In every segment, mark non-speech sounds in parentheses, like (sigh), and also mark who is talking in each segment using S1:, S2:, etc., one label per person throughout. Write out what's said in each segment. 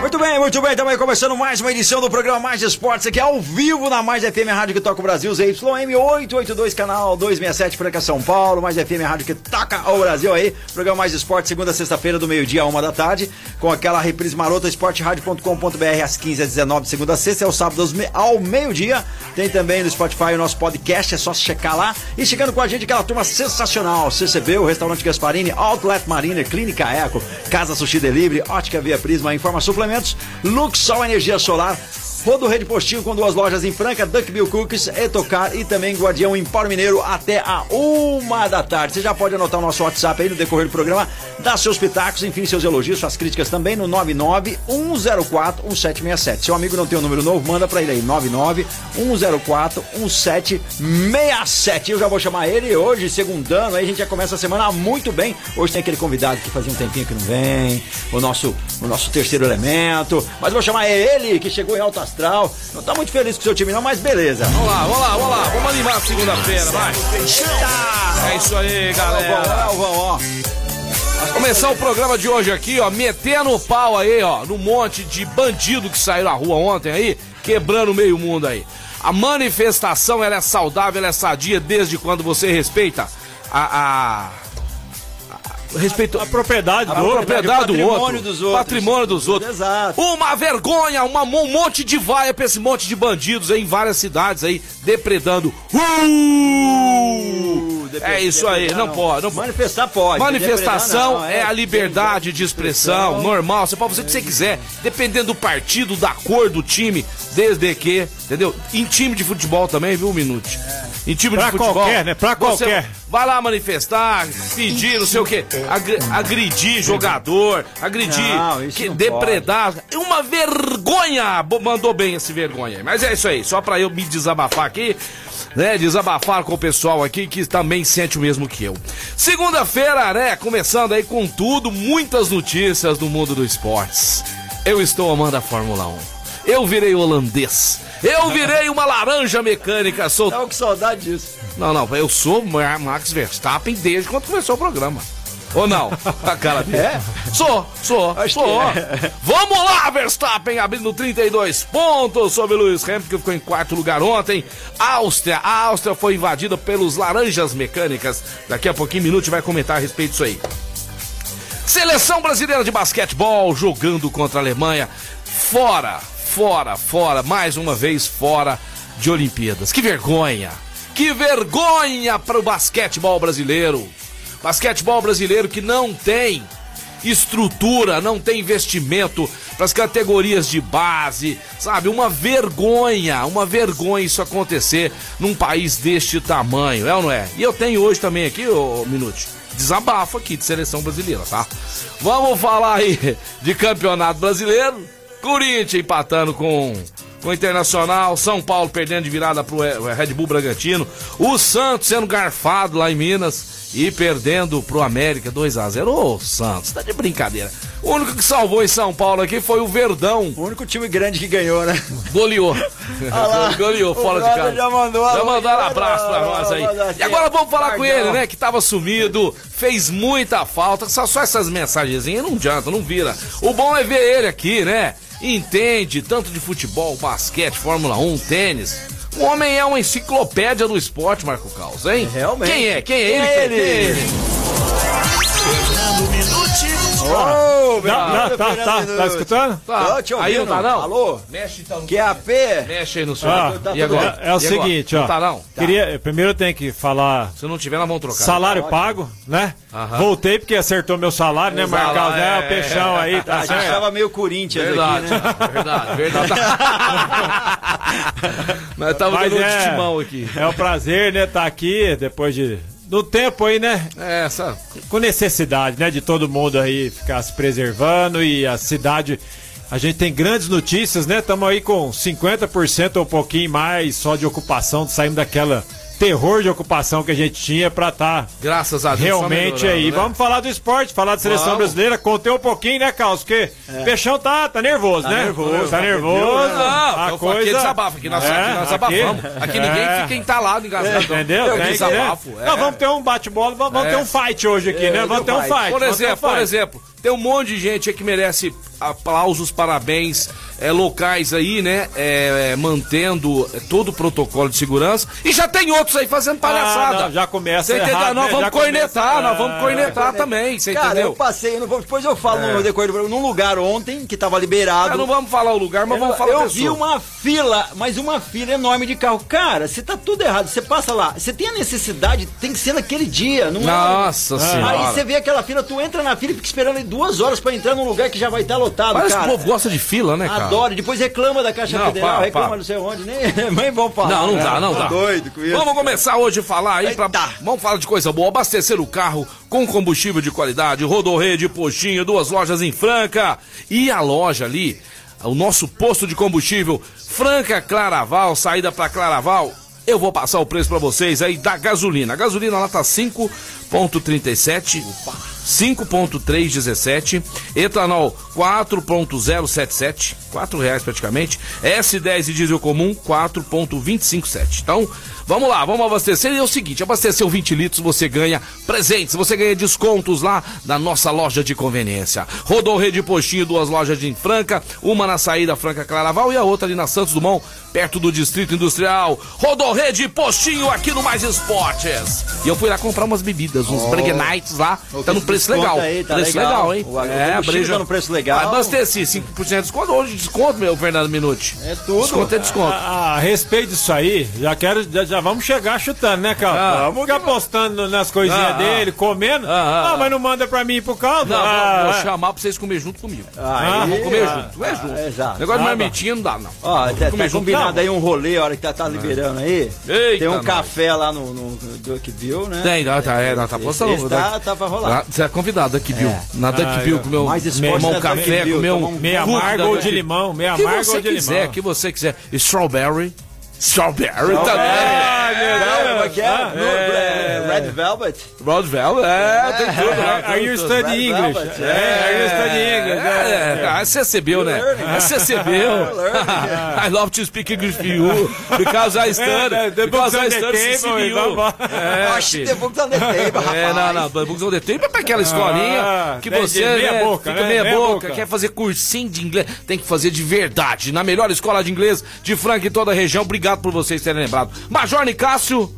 S1: Muito bem, muito bem. Estamos aí começando mais uma edição do programa Mais Esportes, aqui ao vivo na Mais FM Rádio que toca o Brasil, ZYM 882, canal 267, Franca São Paulo, Mais FM Rádio que toca o Brasil aí. Programa Mais Esportes, segunda, a sexta-feira, do meio-dia à uma da tarde, com aquela reprise marota, esporterádio.com.br às 15 às 19 segunda a sexta, é o sábado aos me- ao meio-dia. Tem também no Spotify o nosso podcast, é só checar lá. E chegando com a gente aquela turma sensacional, CCB, o Restaurante Gasparini, Outlet Mariner, Clínica Eco, Casa Sushi Delivery, Ótica Via Prisma, Informa Suplementos, Luxol Energia Solar, Rodo Rede Postinho com duas lojas em Franca, Duck Bill Cookies, Etocar e também Guardião Empório Mineiro até a uma da tarde. Você já pode anotar o nosso WhatsApp aí no decorrer do programa, dá seus pitacos, enfim, seus elogios, suas críticas também no 991041767. Seu amigo não tem o número novo, manda pra ele aí, 991041767. Eu já vou chamar ele hoje, segundando, aí a gente já começa a semana muito bem. Hoje tem aquele convidado que fazia um tempinho que não vem, o nosso, o nosso terceiro elemento, mas eu vou chamar ele, que chegou em alto astral. Não tá muito feliz com o seu time não, mas beleza.
S2: Vamos lá, vamos lá, vamos lá. Vamos animar a segunda-feira, vai. É isso aí, galera.
S1: Alvão, ó.
S2: Começar o programa de hoje aqui, ó, metendo o pau aí, ó, no monte de bandido que saiu na rua ontem aí, quebrando meio mundo aí. A manifestação, ela é saudável, ela é sadia desde quando você respeita a... a... a- Respeito a propriedade,
S1: do outro, né?
S2: propriedade do
S1: patrimônio
S2: outro,
S1: dos outros.
S2: patrimônio dos outros.
S1: Exato.
S2: Uma vergonha, uma, um monte de vaia pra esse monte de bandidos aí em várias cidades aí, depredando. Uh! É isso aí, não pode, não pode.
S1: Manifestar pode.
S2: Manifestação
S1: Depredar, não,
S2: é a liberdade de expressão, normal, você pode fazer o que você quiser, dependendo do partido, da cor do time, desde que, entendeu? Em time de futebol também, viu, um minuto. Em time
S3: Pra
S2: de futebol.
S3: qualquer, né? Pra
S2: você
S3: qualquer.
S2: Vai lá manifestar, pedir, não sei o quê, agri- agredir jogador, agredir,
S1: Não, isso
S2: que-
S1: não
S2: depredar. É uma vergonha! Bo- Mandou bem esse vergonha aí. Mas é isso aí, só pra eu me desabafar aqui, né? Desabafar com o pessoal aqui que também sente o mesmo que eu. Segunda-feira, né? Começando aí com tudo, muitas notícias do mundo dos esportes. Eu estou amando a Fórmula 1. Eu virei holandês. Eu virei uma laranja mecânica. Sou
S1: Não, que saudade disso.
S2: não, não, eu sou Ma- Max Verstappen desde quando começou o programa. Ou não? A cara dele.
S1: É?
S2: (laughs) Sou, sou,
S1: Acho
S2: sou.
S1: que é. (laughs)
S2: Vamos lá, Verstappen abrindo 32 pontos sobre Lewis Hamilton, que ficou em quarto lugar ontem. Áustria, a Áustria foi invadida pelos laranjas mecânicas. Daqui a pouquinho, minuto, vai comentar a respeito disso aí. Seleção brasileira de basquetebol jogando contra a Alemanha. Fora, fora, fora, mais uma vez fora de Olimpíadas. Que vergonha! Que vergonha para o basquetebol brasileiro. Basquetebol brasileiro que não tem estrutura, não tem investimento para as categorias de base, sabe? Uma vergonha, uma vergonha isso acontecer num país deste tamanho, é ou não é? E eu tenho hoje também aqui, ô Minute, desabafo aqui de seleção brasileira, tá? Vamos falar aí de campeonato brasileiro. Corinthians empatando com com o Internacional, São Paulo perdendo de virada pro eh, Red Bull Bragantino, o Santos sendo garfado lá em Minas e perdendo pro América 2 a 0. Ô, Santos, tá de brincadeira. O único que salvou em São Paulo aqui foi o Verdão.
S1: O único time grande que ganhou,
S2: (laughs)
S1: né?
S2: Goleou.
S1: lá,
S2: (laughs) Goleou
S1: o
S2: fora de
S1: brother
S2: casa.
S1: já mandou
S2: Já
S1: alô,
S2: mandaram
S1: já
S2: um abraço pra
S1: mandaram um
S2: nós aí.
S1: alô, alô,
S2: E agora vamos falar com
S1: Pardão.
S2: ele, né? Que tava sumido, fez muita falta. Só, só essas mensagenzinhas não adianta, não vira. O bom é ver ele aqui, né? Entende tanto de futebol, basquete, Fórmula 1, tênis. O homem é uma enciclopédia do esporte, Marco Caos, hein?
S1: Realmente.
S2: Quem é? Quem é
S1: Quem
S2: ele?
S1: é
S2: Quem é
S1: ele?
S2: ele?
S4: Fernando Minuti.
S1: Ô,
S3: Tá,
S1: Fernando
S3: tá, tá, tá,
S1: Fernando.
S3: tá escutando?
S2: Tá.
S1: Tô te
S2: Aí não
S1: ouvindo.
S2: tá, não?
S1: Alô?
S2: Mexe então. no-
S1: Que é a P?
S2: Mexe aí no seu.
S3: Ah,
S1: tá
S2: e
S1: tudo
S2: agora?
S3: É, é o
S2: E agora?
S3: seguinte, ó.
S2: Não tá, não?
S3: Queria, primeiro eu tenho que falar
S2: Se não tiver, nós vamos trocar.
S3: salário pago, né?
S2: Aham.
S3: Voltei porque acertou meu salário, né,
S2: Exato,
S3: Marcão?
S2: é.
S3: É, o peixão aí, tá
S1: A gente
S3: certo?
S1: tava meio Corinthians
S2: Verdade,
S1: aqui, né?
S2: verdade, (laughs) verdade. Nós tava
S3: Mas
S2: dando um
S3: é,
S2: timão aqui.
S3: é um prazer, né, tá aqui depois de... Do tempo aí, né?
S2: É, essa.
S3: Com necessidade, né, de todo mundo aí ficar se preservando e a cidade A gente tem grandes notícias, né? Estamos aí com 50% ou um pouquinho mais só de ocupação, saímos daquela terror de ocupação que a gente tinha para estar. Tá
S2: Graças a Deus.
S3: Realmente aí.
S2: né?
S3: Vamos falar do esporte, falar da seleção
S2: Vamos.
S3: brasileira, conter um pouquinho, né, Carlos? Porque o Peixão tá, tá nervoso, né?
S1: nervoso,
S3: Tá
S1: tá
S3: nervoso.
S2: Não,
S3: a
S2: então coisa... aqui é desabafa, aqui nós,
S3: É,
S2: aqui nós desabafamos. Aqui, ninguém
S3: É.
S2: fica entalado, engasgado. não.
S3: Entendeu?
S2: É um
S3: Tem que,
S2: desabafo.
S3: né?
S2: é.
S3: Não, vamos ter um bate-bola, vamos, vamos
S2: É.
S3: ter um fight hoje aqui, né? Vamos ter um fight.
S2: Por
S3: vamos ter um
S2: exemplo, por
S3: fight.
S2: exemplo, tem um monte de gente aí que merece aplausos, parabéns, é, locais aí, né? é, é, mantendo é, todo o protocolo de segurança. E já tem outros aí fazendo palhaçada.
S3: Ah, não, já começa
S2: Você entendeu?
S3: errado,
S2: nós
S3: né?
S2: vamos
S3: Já
S2: cornetar,
S3: começa-
S2: nós vamos
S3: Ah,
S2: cornetar
S1: né?
S2: também, você
S1: Cara,
S2: entendeu? É.
S1: eu passei, eu não vou- depois eu falo no decorrer do programa, num lugar ontem que tava liberado.
S2: Ah, não vamos falar o lugar, mas vamos falar a
S1: eu
S2: pessoa.
S1: vi uma fila, mas uma fila enorme de carro. Cara, você tá tudo errado. Você passa lá, você tem a necessidade, tem que ser naquele dia, não é-
S2: Nossa senhora.
S1: Aí você vê aquela fila, tu entra na fila e fica esperando aí duas horas pra entrar num lugar que já vai estar lotado,
S2: Parece que
S1: cara.
S2: o povo gosta de fila, né, cara?
S1: Adoro, depois reclama da Caixa
S2: Não,
S1: Federal,
S2: pá,
S1: reclama
S2: pá.
S1: não sei onde, nem, (laughs) nem vão falar.
S2: Não, não
S1: né?
S2: dá, não
S1: Tô
S2: dá.
S1: doido com isso.
S2: Vamos começar hoje a falar aí pra...
S1: Eita.
S2: Vamos falar de coisa boa, abastecer o carro com combustível de qualidade, Rodorrede, Postinho, duas lojas em Franca e a loja ali, o nosso posto de combustível Franca Claraval, saída pra Claraval. Eu vou passar o preço pra vocês aí da gasolina. A gasolina lá tá 5.37, 5.317, etanol 4.077, 4 reais praticamente, S10 e diesel comum 4.257. Então, vamos lá, vamos abastecer. E é o seguinte, abasteceu 20 litros, você ganha presentes, você ganha descontos lá na nossa loja de conveniência. Rodou Rede Postinho, duas lojas em Franca, uma na saída Franca Claraval e a outra ali na Santos Dumont, perto do Distrito Industrial. Rodou Rede Postinho aqui no Mais Esportes. E eu fui lá comprar umas bebidas, uns Burger Nights lá, tá no preço
S1: desconto
S2: legal.
S1: aí, tá
S2: preço
S1: legal.
S2: legal, hein? É,
S1: O- o combustível tá no preço legal.
S2: Abasteci, 5% de desconto. Hoje desconto, meu Fernando Minuti.
S1: É tudo.
S2: Desconto é desconto.
S3: A, a respeito disso aí, já quero, já, já vamos chegar chutando, né, Carlos?
S2: Ah.
S3: vamos ficar apostando nas coisinhas
S2: Ah, ah.
S3: dele, comendo.
S2: Ah, ah,
S3: Ah,
S2: ah.
S3: mas não manda pra mim e pro Carlos?
S2: Não,
S3: Ah,
S2: vou, vou
S3: é.
S2: chamar pra vocês comer junto comigo.
S1: Ah,
S2: vamos
S1: aí,
S2: comer
S1: ah,
S2: junto, é junto.
S1: ah, exato.
S2: Negócio de
S3: Ah, tá.
S2: marmitinha não dá, não.
S1: Ó, tá, tá
S2: comer junto,
S1: combinado
S2: não.
S1: aí um rolê, a hora que tá, tá liberando aí.
S2: Eita,
S1: tem um
S2: nós.
S1: café lá no, no, no Duckville, né?
S2: Tem, não, tá, é, não, tá
S1: Esse-
S2: postando.
S1: esse tá- tá pra rolar.
S2: Tá, Você é convidado aqui, Bill.
S1: É.
S2: Na Duck
S3: Ah,
S2: Bill,
S3: eu-
S2: com meu,
S1: Mais esporte
S2: meu
S1: na
S2: irmão
S1: Duck
S2: um café,
S1: Bill,
S2: com meu
S1: tomar um
S3: Meia
S2: cu da
S3: amarga ou
S2: Duck
S3: de
S2: Bill.
S3: limão, meia
S2: que
S3: amarga
S2: você
S3: ou de
S2: quiser,
S3: limão.
S2: que você quiser. Strawberry. Strawberry também.
S3: Ah, meu
S1: Não, como é
S3: Deus.
S1: que é?
S3: Ah,
S1: No- é, Red Velvet?
S2: Rodvel, é, tem tudo lá.
S3: Are you
S2: tudo, tudo.
S3: studying English?
S1: É,
S3: É, are you studying English?
S2: É, cara, você recebeu, né? Você recebeu. I
S3: (laughs)
S2: love to speak English with you. Because I
S3: É,
S2: study.
S3: the
S2: Because
S3: books on
S2: I
S3: the
S2: study
S3: table, e
S2: CCBU.
S3: vamos-
S2: É,
S1: Oxe,
S2: filho.
S1: The Books on the Table, rapaz.
S2: É, não, não, The Books on the Table é pra aquela historinha
S3: Ah,
S2: que
S3: entendi,
S2: você
S3: meia
S2: né,
S3: boca,
S2: fica
S3: né?
S2: meia,
S3: Meia
S2: boca,
S3: boca.
S2: quer fazer cursinho de inglês, tem que fazer de verdade. Na melhor escola de inglês de Franca em toda a região, obrigado por vocês terem lembrado. um Major Nicásio,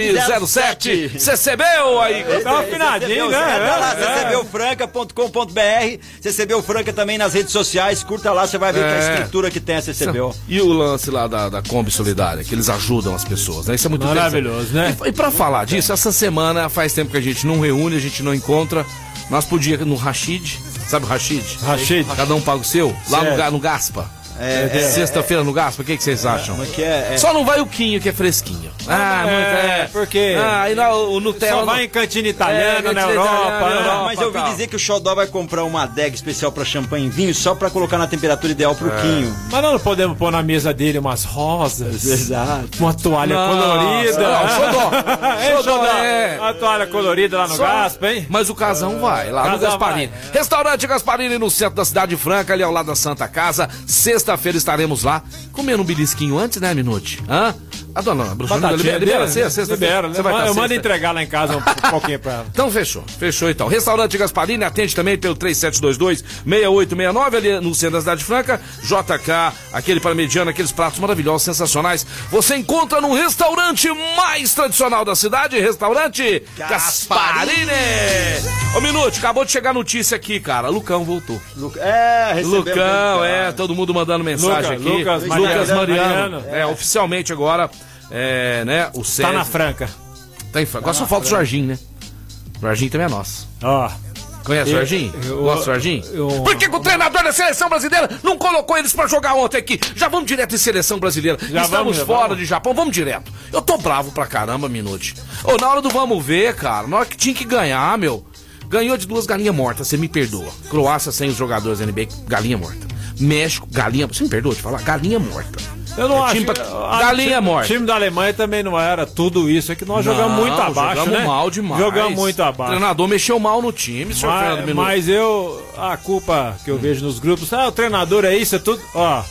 S2: 1907, CCBU aí,
S3: Dá uma afinadinha, Então, né?
S1: Tá lá,
S3: É, é.
S1: ccbufranca.com.br, CCBU Franca também nas redes sociais, curta lá, você vai ver que a
S2: É.
S1: estrutura que tem a CCBU.
S2: E o lance lá da, da Kombi Solidária, que eles ajudam as pessoas, né? Isso é muito
S3: Maravilhoso, né?
S2: interessante. E, e pra falar disso, essa semana faz tempo que a gente não reúne, a gente não encontra. Nós podíamos ir no Rashid, sabe o Rashid?
S3: Rashid.
S2: Cada um paga o seu, lá no,
S3: Certo.
S2: Ga- no Gaspa.
S1: É,
S2: É, Sexta-feira no Gaspa, o que, que vocês acham?
S1: Que é, é-
S2: Só não vai o Quinho, que é fresquinho. Ah,
S3: é,
S2: muito é.
S3: porque-
S2: Ah, e lá o Nutella.
S3: Só vai em cantina
S2: É,
S3: italiana
S2: cantina
S3: na Europa.
S2: italiana,
S3: né?
S2: Europa.
S1: Mas eu ouvi
S2: Pacal.
S1: dizer que o Xodó vai comprar uma adega especial pra champanhe e vinho só pra colocar na temperatura ideal pro Quinho.
S3: Mas nós não podemos pôr na mesa dele umas rosas,
S1: Exato.
S3: uma toalha
S2: É Não,
S3: colorida.
S2: não, xodó.
S3: (laughs) Hein,
S2: Xodó,
S3: Xodó?
S2: é.
S3: Uma toalha colorida lá no
S2: Só-
S3: Gaspa, hein? Ah,
S2: Mas o casão vai, lá no
S3: Casão
S2: Gasparini. Restaurante Gasparini no centro da cidade de franca, ali ao lado da Santa Casa. Sexta-feira estaremos lá comendo um belisquinho antes, né, Minute? Hã? A dona Bruxona
S3: Batatinha, né?
S2: libera, libera, sexta, sexta,
S3: libera. né?
S2: Você vai tá
S3: eu
S2: estar
S3: mando
S2: sexta.
S3: entregar lá em casa um pouquinho pra ela.
S2: Então fechou, fechou então. Restaurante Gasparini atende também pelo 3722-6869, ali no centro da Cidade Franca. JK, aquele para mediano, aqueles pratos maravilhosos, sensacionais. Você encontra no restaurante mais tradicional da cidade, restaurante Gasparini. Ô Minuto, acabou de chegar a notícia aqui, cara. Lucão voltou.
S1: Lu- É, recebemos.
S2: Lucão, é, todo mundo mandando mensagem
S3: Luca,
S2: aqui.
S3: Lucas
S2: Mariano.
S3: Mariano.
S2: É, oficialmente agora, é, né, o César.
S3: Tá na franca.
S2: Tá em Franca. Agora só falta o Jorginho, né? O Jorginho também é nosso.
S3: Ó.
S2: Conhece o
S3: Eu-
S2: Jorginho?
S3: eu-
S2: Gosta do Jorginho?
S3: eu-
S2: Por que, que o treinador da seleção brasileira não colocou eles pra jogar ontem aqui? Já vamos direto em seleção brasileira. Estamos
S3: vamos, já
S2: fora
S3: vamos.
S2: de Japão, vamos direto. Eu tô bravo pra caramba, Minuti. Ô, na hora do vamos ver, cara, na hora que tinha que ganhar, meu, ganhou de duas galinhas mortas, você me perdoa. Croácia sem os jogadores da NBA, galinha morta. México, galinha. Você me perdoa de falar? Galinha morta.
S3: Eu não
S2: É
S3: acho.
S2: time
S3: que-
S2: pra- é
S3: ah,
S2: galinha
S3: time-
S2: morta.
S3: time da Alemanha também não era tudo isso. É que nós jogamos
S2: Não,
S3: muito abaixo,
S2: jogamos
S3: né?
S2: mal demais.
S3: Jogamos muito
S2: O
S3: abaixo.
S2: treinador mexeu mal no time, senhor Fernando
S3: Mas,
S2: Minuto. Hum.
S3: mas eu. A culpa que eu vejo nos grupos. Ah, o treinador é isso, é tudo. Ó.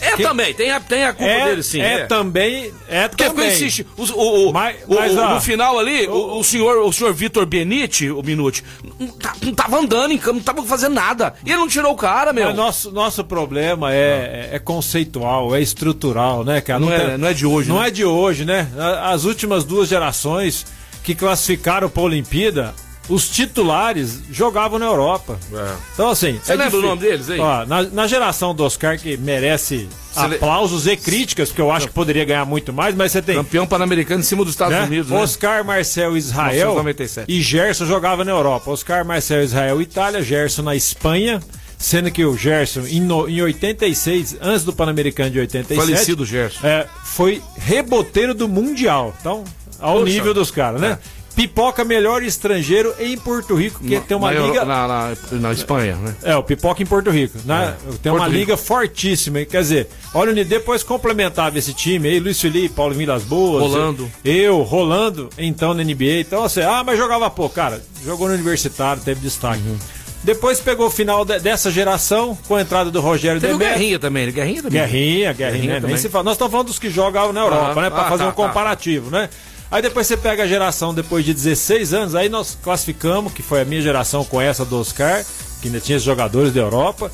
S2: É
S3: que-
S2: também, tem a, tem a culpa
S3: é,
S2: dele sim.
S3: é
S2: é.
S3: também. É
S2: Porque ficou
S3: também.
S2: insistindo. Os- O, o,
S3: Mas-
S2: o-
S3: mas,
S2: o-
S3: ó,
S2: no final ali, o, o senhor, o senhor Vitor Benite, o Minuti, não, tá- não tava andando em campo, não tava fazendo nada. E ele não tirou o cara, meu.
S3: Mas É, nosso, nosso problema é, é- é conceitual, é estrutural, né, cara?
S2: Não é-
S3: tem-
S2: não é de hoje,
S3: Não
S2: né?
S3: é de hoje, né? A- As últimas duas gerações que classificaram para a Olimpíada, os titulares jogavam na Europa.
S2: É.
S3: Então, assim.
S2: Você lembra o nome deles aí?
S3: Ó, na, na geração do Oscar, que merece
S2: Você le-
S3: aplausos e críticas, porque eu acho que poderia ganhar muito mais, mas você tem.
S2: Campeão pan-americano em cima dos Estados
S3: né?
S2: Unidos, né?
S3: Oscar, Marcel, Israel
S2: 1997.
S3: e Gerson jogava na Europa. Oscar, Marcel, Israel, Itália, Gerson na Espanha, sendo que o Gerson em, no- em 86, antes do Pan-Americano de 87,
S2: Falecido Gerson.
S3: é, foi reboteiro do Mundial. Então, ao
S2: Poxa.
S3: nível dos caras, né?
S2: É.
S3: Pipoca melhor estrangeiro em Porto Rico, porque tem uma
S2: na, Euro-
S3: liga
S2: na, na, na Espanha, né?
S3: é, o Pipoca em Porto Rico. Né? Tem uma
S2: É. Porto
S3: liga fortíssima. hein? Quer dizer, olha, o Ney depois complementava esse time aí, Luiz Felipe, Paulo Vilas Boas.
S2: Rolando.
S3: Eu, Rolando, então na NBA. Então, assim, ah, mas jogava pouco. Cara, jogou no universitário, teve destaque.
S2: Uhum.
S3: Depois pegou o final de- dessa geração com a entrada do Rogério
S2: Teve o
S3: Demetrio.
S2: Guerrinha também, né? Guerrinha também.
S3: Guerrinha, Guerrinha,
S2: Guerrinha
S3: né?
S2: também.
S3: Nem se fala. Nós estamos falando dos que jogavam na Europa,
S2: Ah,
S3: né? Para
S2: ah,
S3: fazer
S2: tá,
S3: um comparativo, né? Aí depois você pega a geração depois de 16 anos, aí nós classificamos, que foi a minha geração com essa do Oscar, que ainda tinha esses jogadores da Europa.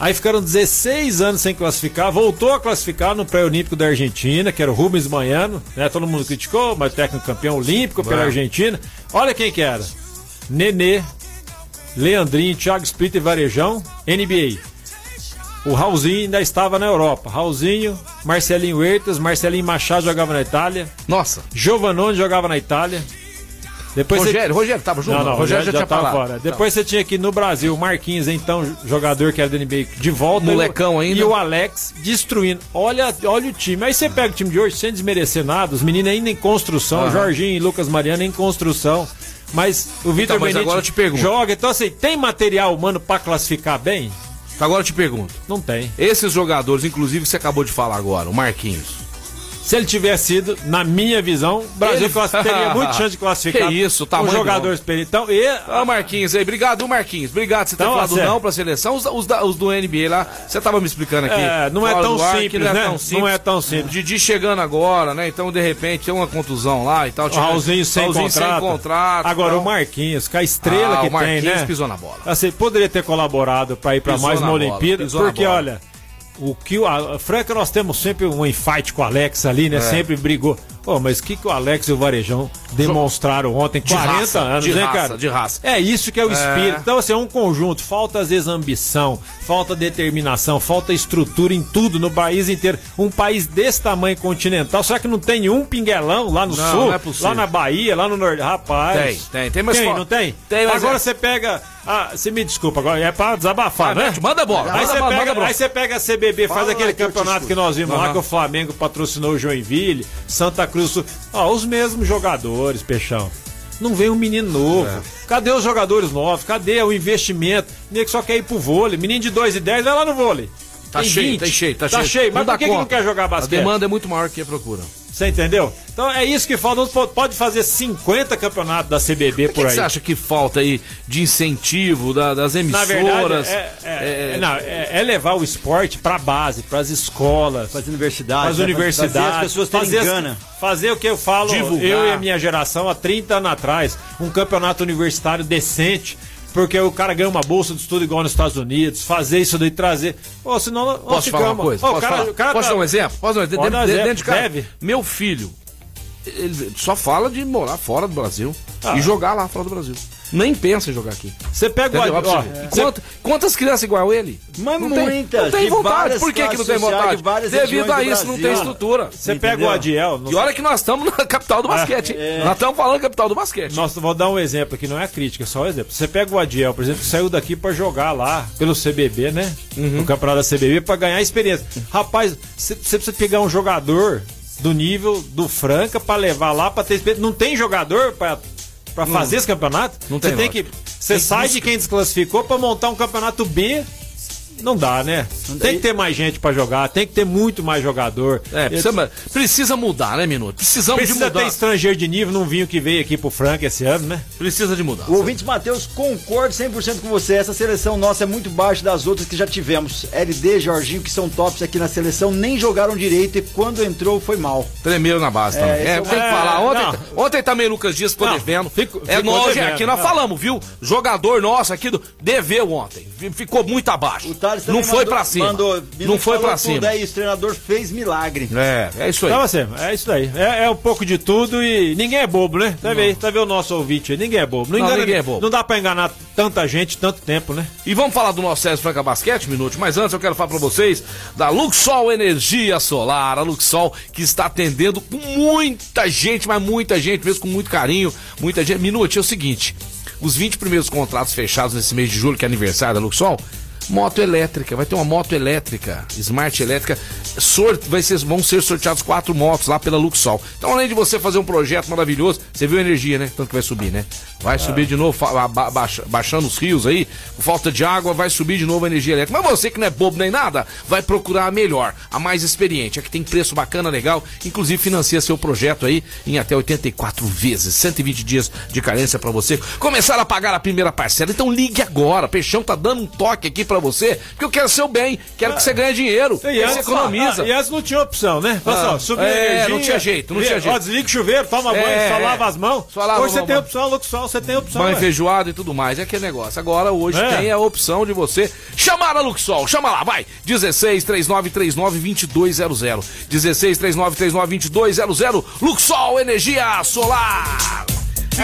S3: Aí ficaram 16 anos sem classificar, voltou a classificar no pré-olímpico da Argentina, que era o Rubens Manhano, né? Todo mundo criticou, mas técnico campeão olímpico pela
S2: Vai.
S3: Argentina. Olha quem que era. Nenê, Leandrinho, Thiago Splitter e Varejão, NBA. O Raulzinho ainda estava na Europa. Raulzinho, Marcelinho Huertas, Marcelinho Machado jogava na Itália,
S2: Nossa.
S3: Giovanoni jogava na Itália. Depois você-
S2: Rogério, Rogério tava junto.
S3: é- Não, não, Rogério já,
S2: tinha
S3: estava
S2: falado. Tá.
S3: fora. Depois você tinha aqui no Brasil, o Marquinhos, então jogador que era da NBA, de volta.
S2: Molecão
S3: E o-
S2: ainda.
S3: E o Alex destruindo. Olha, olha o time. Aí você pega o time de hoje sem desmerecer nada, os meninos ainda em construção,
S2: Aham.
S3: Jorginho e Lucas Mariano em construção. Mas o
S2: Então,
S3: Vitor
S2: mas
S3: Benítez
S2: agora eu te pergunto.
S3: joga. Então, assim, tem material humano pra classificar bem?
S2: Então Agora eu te pergunto.
S3: Não tem.
S2: Esses jogadores, inclusive, que você acabou de falar agora, o Marquinhos.
S3: Se ele tivesse sido, na minha visão, o Brasil
S2: Ele-
S3: class- (laughs) teria muita
S2: (laughs)
S3: chance de classificar.
S2: Que isso, tamanho
S3: Os jogadores pelo- Então, e.
S2: Ah, Marquinhos aí, obrigado, Marquinhos. Obrigado por você ter
S3: Então,
S2: falado
S3: Lacerda.
S2: não pra seleção. Os, os da- os do NBA lá, você tava me explicando aqui.
S3: É, não é
S2: Fora
S3: tão
S2: do ar, que
S3: simples, né? Não é tão simples.
S2: O Didi chegando agora, né? Então, de repente, tem uma contusão lá e tal.
S3: O Raulzinho sem
S2: né? Raulzinho sem
S3: contrato.
S2: contrato,
S3: Agora
S2: tal.
S3: o Marquinhos, com a estrela
S2: Ah,
S3: que
S2: o Marquinhos
S3: tem, né?
S2: pisou na bola.
S3: Assim, poderia ter colaborado para ir para
S2: Pisou
S3: mais
S2: na
S3: uma
S2: bola,
S3: Olimpíada,
S2: pisou na
S3: porque
S2: bola.
S3: olha, o que o a, a Franca nós temos sempre um enfate com o Alex ali, né?
S2: É.
S3: Sempre brigou. Pô, mas o que, que o Alex e o Varejão demonstraram ontem? 40
S2: raça,
S3: anos,
S2: de
S3: né,
S2: raça,
S3: cara?
S2: de raça.
S3: É isso que é o espírito. Então, assim, é um conjunto. Falta, às vezes, ambição, falta determinação, falta estrutura em tudo, no país inteiro. Um país desse tamanho continental, será que não tem um pinguelão lá no
S2: Não,
S3: sul?
S2: não é possível.
S3: lá na Bahia, lá no Norte? Rapaz.
S2: Tem, tem, tem, mas
S3: Tem,
S2: fo-
S3: não tem?
S2: Tem, mas
S3: agora
S2: é-
S3: você pega... Ah, você me desculpa, agora é pra desabafar,
S2: Ah,
S3: né?
S2: mete, manda bola,
S3: Aí
S2: manda
S3: você
S2: bola,
S3: pega,
S2: manda bola.
S3: aí você pega a CBB, faz
S4: Fala
S3: aquele
S4: que eu te
S3: campeonato que nós vimos lá,
S2: Aham.
S3: que o Flamengo patrocinou o Joinville, Santa Cruz... do Sul. Ó, os mesmos jogadores, Peixão. Não vem um menino novo.
S2: É.
S3: Cadê os jogadores novos? Cadê o investimento? O nego só quer ir pro vôlei. Menino de 2 e 10 vai lá no vôlei.
S2: Tá
S3: Tem
S2: cheio,
S3: 20.
S2: tá cheio, tá cheio.
S3: Tá cheio, mas
S2: dá
S3: por que, que não
S2: conta.
S3: quer jogar
S2: A
S3: basquete?
S2: demanda é muito maior que a procura.
S3: Você entendeu? Então é isso que falta. Nós po- Pode fazer 50 campeonatos da CBB
S2: O que,
S3: por
S2: que
S3: aí.
S2: você acha que falta aí de incentivo da- das
S3: Na
S2: emissoras?
S3: verdade, é, é-
S2: É,
S3: não, é- é levar o esporte pra base, pras escolas,
S2: Ah,
S1: Para as universidades.
S3: pras
S1: né?
S3: universidades.
S1: Fazer as pessoas terem
S3: fazer, as-
S1: gana.
S3: fazer o que eu falo,
S2: Divulgar.
S3: eu e a minha geração, há 30 anos atrás, um campeonato universitário decente. Porque o cara ganha uma bolsa de estudo igual nos Estados Unidos, fazer isso daí, trazer. Ou senão. nós
S2: Posso falar uma
S3: ficamos-
S2: coisa?
S3: Ô, o
S2: Posso,
S3: cara-
S2: falar?
S3: o cara
S2: Posso
S3: tá-
S2: dar um exemplo? Posso dar um exemplo?
S3: Pode dar um
S2: Dentro-
S3: exemplo,
S2: dentro de casa.
S3: deve.
S2: Meu filho, ele só fala de morar fora do Brasil
S3: Ah.
S2: e jogar lá fora do Brasil. Nem pensa em jogar aqui.
S3: Você pega
S2: Entendeu?
S3: o. Ó, é.
S2: Ó, quanto- quantas crianças igual ele?
S1: Mas
S2: Não tem-
S1: muitas,
S2: não tem
S1: de
S2: vontade.
S1: várias
S2: Por que, que não tem
S1: classes sociais,
S2: vontade?
S1: de várias
S2: Devido
S1: regiões
S2: a
S1: do
S2: isso, não
S1: Brasil.
S2: tem estrutura.
S3: Você pega
S1: Entendeu?
S3: o Adiel. não-
S2: E olha que nós estamos na capital do basquete. hein? Nós estamos falando capital do basquete.
S3: Nós vou dar um exemplo aqui, não é crítica, é só um exemplo. Você pega o Adiel, por exemplo, que saiu daqui pra jogar lá pelo CBB, né?
S2: Uhum.
S3: No campeonato da CBB pra ganhar experiência. Rapaz, você precisa pegar um jogador do nível do Franca pra levar lá pra ter experiência. Não tem jogador pra para fazer esse campeonato?
S2: não
S3: Você
S2: tem
S3: tem
S2: lógica.
S3: que você sai de quem desclassificou pra montar um campeonato B Não dá, né? Tem que ter mais gente pra jogar, tem que ter muito mais jogador.
S2: É, precisa, ma- precisa mudar, né, Minuto? Precisamos de
S3: Precisa
S2: mudar.
S3: ter estrangeiro de nível, não vinho que veio aqui pro Franca esse ano, né?
S2: Precisa de mudar.
S1: O ouvinte Matheus, concordo 100% com você. Essa seleção nossa é muito baixa das outras que já tivemos. LD, Jorginho, que são tops aqui na seleção, nem jogaram direito e quando entrou foi mal.
S2: Tremeram na base também.
S1: esse
S2: É,
S1: é o-
S2: tem que
S3: é,
S2: falar. Ontem,
S3: não.
S2: ontem também Lucas Dias ficou
S3: Não,
S2: devendo.
S3: fico-
S2: é
S3: ficou
S2: nós
S3: devendo,
S2: aqui, nós
S3: é.
S2: falamos, viu? Jogador nosso aqui do, deveu ontem. F- Ficou muito abaixo.
S1: O Thales também
S2: Não foi
S1: mandou-
S2: pra cima.
S1: mandou-
S2: não
S1: Minuto
S2: foi
S1: falou
S2: pra
S1: tudo,
S2: cima.
S1: É isso, o treinador fez milagre.
S2: É, é isso aí.
S3: Então, assim, é isso daí. É, é um pouco de tudo e ninguém é bobo, né? Tá vendo tá vendo o nosso ouvinte aí? Ninguém é bobo. Não,
S2: Não,
S3: engana,
S2: ninguém é
S3: ninguém
S2: bobo.
S3: Não dá pra enganar tanta gente tanto tempo, né?
S2: E vamos falar do nosso César Franca Basquete, um minuto. Mas antes eu quero falar pra vocês da Luxol Energia Solar. A Luxol que está atendendo com muita gente, mas muita gente mesmo, com muito carinho. Muita gente. Minuto, é o seguinte: os 20 primeiros contratos fechados nesse mês de julho, que é aniversário da Luxol. Moto elétrica, vai ter uma moto elétrica, smart elétrica. Sorte, vai ser, vão ser sorteados quatro motos lá pela Luxol. Então, além de você fazer um projeto maravilhoso, você viu a energia, né? Tanto que vai subir, né? Vai subir de novo, fa- ba- ba- baixa- baixando os rios aí, por falta de água, vai subir de novo a energia elétrica. Mas você que não é bobo nem nada, vai procurar a melhor, a mais experiente. A que tem preço bacana, legal. Inclusive, financia seu projeto aí em até 84 vezes. 120 dias de carência pra você. Começar a pagar a primeira parcela. Então ligue agora. Peixão tá dando um toque aqui pra você, porque eu quero seu bem, quero que você ganhe dinheiro.
S3: E
S2: aí você
S3: antes,
S2: economiza.
S3: ah, e antes não tinha opção, né? Fala
S2: Ah,
S3: só, subir
S2: é,
S3: energia,
S2: não tinha jeito, não
S3: vê,
S2: tinha jeito.
S3: Ó, desliga o chuveiro, toma banho,
S2: É,
S3: só
S2: é.
S3: lava as mãos.
S2: Só lava
S3: Hoje você
S2: a
S3: tem
S2: mão.
S3: opção, Luxol, você tem opção.
S2: Banho,
S3: ué.
S2: feijoada e tudo mais. É aquele negócio. Agora, hoje,
S3: É.
S2: tem a opção de você chamar a Luxol. Chama lá, vai. 16 39 39 2200. 16 39 39 2200. Luxol Energia Solar.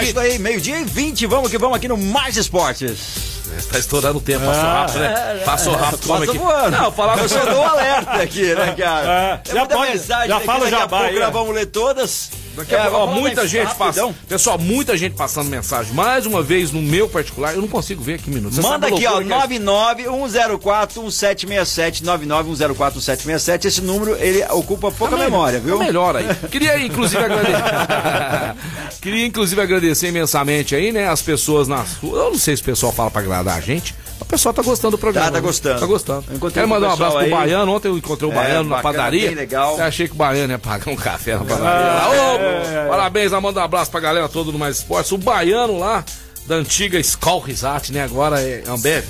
S1: É isso aí, meio-dia e 20, vamos que vamos aqui no Mais Esportes.
S2: Tá estourando o tempo, passou rápido, né? Passou rápido, como
S1: Ah, é. Passa
S2: aqui.
S1: voando.
S2: Não, falava assim.
S1: eu só dou um alerta aqui, né, cara?
S3: É, já pode- já
S1: aqui,
S3: fala o
S1: daqui a
S3: jabá
S1: pouco
S3: aí, ó.
S1: nós vamos ler todas. É,
S2: Daqui a pouco, ó,
S1: vamos
S2: muita
S1: lá,
S2: gente
S1: rapidão.
S2: passando. Pessoal, muita gente passando mensagem. Mais uma vez, no meu particular, eu não consigo ver aqui um minutos.
S1: Manda aqui, ó,
S2: 9
S1: 991041767, 991041767. Esse número, ele ocupa pouca memória, viu?
S2: Tá Melhor aí. Queria, inclusive, agradecer. (laughs) Queria, inclusive, agradecer imensamente aí, né? As pessoas na rua. Eu não sei se o pessoal fala pra agradar a gente. mas O pessoal tá gostando do programa.
S1: Tá, tá
S2: né?
S1: gostando.
S2: Tá gostando.
S1: Eu encontrei
S2: Quero
S1: com o
S2: mandar um
S1: pessoal
S2: abraço pro
S1: aí.
S2: Baiano. Ontem eu encontrei o
S1: É,
S2: Baiano na
S1: bacana,
S2: padaria.
S1: bem legal. É.
S2: Eu achei que o Baiano ia pagar
S1: (laughs)
S2: um café na padaria. Ô, Parabéns, lá manda um abraço pra galera toda do Mais Esportes. O Baiano lá, da antiga Skol Risate, né? Agora é Ambev.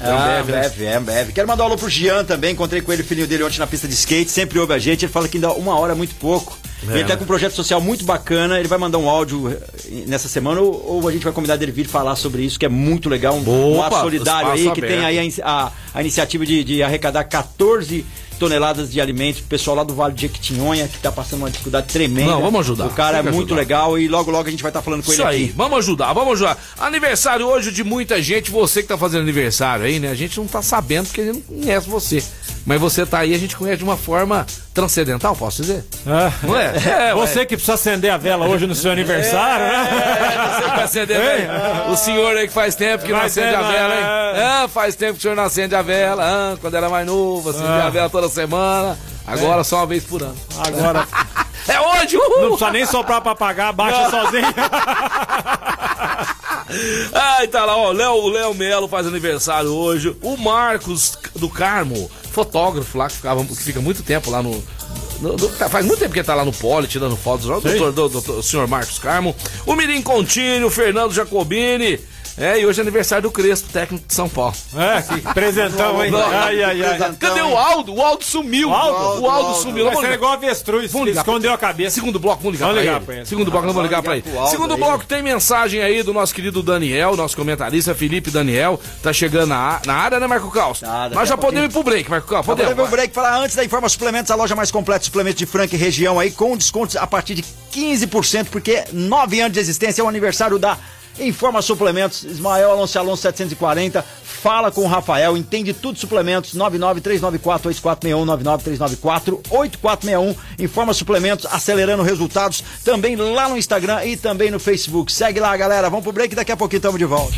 S1: Ah,
S2: Ambev, né?
S1: Ambev, é, Ambev. Quero mandar um alô pro Jean também. Encontrei com ele, o filhinho dele, ontem na pista de skate. Sempre ouve a gente. Ele fala que ainda uma hora é muito pouco. Ele tá com um projeto social muito bacana. Ele vai mandar um áudio eh, nessa semana ou, ou a gente vai convidar ele vir falar sobre isso, que é muito legal. Um, um
S2: Opa,
S1: ato solidário aí,
S2: espaço
S1: que
S2: aberto.
S1: tem aí a, in- a- a iniciativa de, de arrecadar 14 toneladas de alimentos. O pessoal lá do Vale de Jequitinhonha, que tá passando uma dificuldade tremenda.
S2: Não, vamos ajudar.
S1: O cara é
S2: Tem que
S1: muito
S2: ajudar.
S1: legal e logo, logo a gente vai estar falando com
S2: Isso
S1: ele
S2: aí,
S1: aqui.
S2: vamos ajudar, vamos ajudar. Aniversário hoje de muita gente, você que tá fazendo aniversário aí, né? A gente não tá sabendo porque a gente não conhece você. Mas você tá aí, a gente conhece de uma forma transcendental, posso dizer?
S3: Ah.
S2: Não
S3: (laughs)
S2: é? é
S3: Você que precisa acender a vela hoje no seu aniversário, né?
S2: Você que acende a vela. O senhor aí que faz tempo que não
S3: Mas
S2: acende
S3: é,
S2: a vela, hein?
S3: é.
S2: Ah, faz tempo que o senhor não acende a vela. Ah, quando era mais novo, acendia
S3: Ah.
S2: a vela toda semana. Agora só uma vez por ano.
S3: Agora,
S2: É hoje!
S3: não
S2: Uhul!
S3: precisa nem soprar pra pagar,
S2: (laughs)
S3: baixa sozinho.
S2: Ai, tá lá, ó, o Léo, o Léo Melo faz aniversário hoje. O Marcos do Carmo, fotógrafo lá, que, ficava, que fica muito tempo lá no... no- no- tá- faz muito tempo que ele tá lá no pole, tirando fotos. Ó, o
S3: Sim.
S2: doutor, do, doutor- o senhor Marcos Carmo. O Mirim Contini, o Fernando Jacobini. É, e hoje é aniversário do Crespo, técnico de São Paulo.
S3: É, que presentão, hein?
S2: Não, não.
S3: Ai, ai, ai.
S1: Presentão.
S2: Cadê o Aldo? O Aldo sumiu. Tá, então, O
S3: Aldo?
S2: Aldo, sumiu.
S3: Vai
S2: Vamos
S3: ser
S2: ligar-
S3: é igual avestruz,
S2: Vamos ligar pra-
S3: escondeu a cabeça.
S2: Segundo bloco, vamos ligar
S3: Vamos
S2: pra
S3: ligar
S2: ele.
S3: pra ele.
S2: Segundo bloco, nós vamos ligar pra ele.
S1: pro Aldo
S2: Segundo
S1: aí.
S2: bloco, tem mensagem aí do nosso querido Daniel, nosso comentarista Felipe Daniel. Tá chegando na, na área, né, Marco Caos?
S1: Tá, daqui
S2: Nós já
S1: a pouquinho. Tá,
S2: podemos ir pro break, Marco Caos.
S1: Vamos ver
S2: Podemos.
S1: o break falar antes da Informa Suplementos, a loja mais completa de suplementos de Franca e região aí, com descontos a partir de 15%, porque nove anos de existência é o aniversário da Informa Suplementos, Ismael Alonso Alonso 740, fala com o Rafael, entende tudo de suplementos, 993948461, 993948461, Informa Suplementos, acelerando resultados, também lá no Instagram e também no Facebook. Segue lá, galera, vamos pro break, daqui a pouquinho tamo de volta.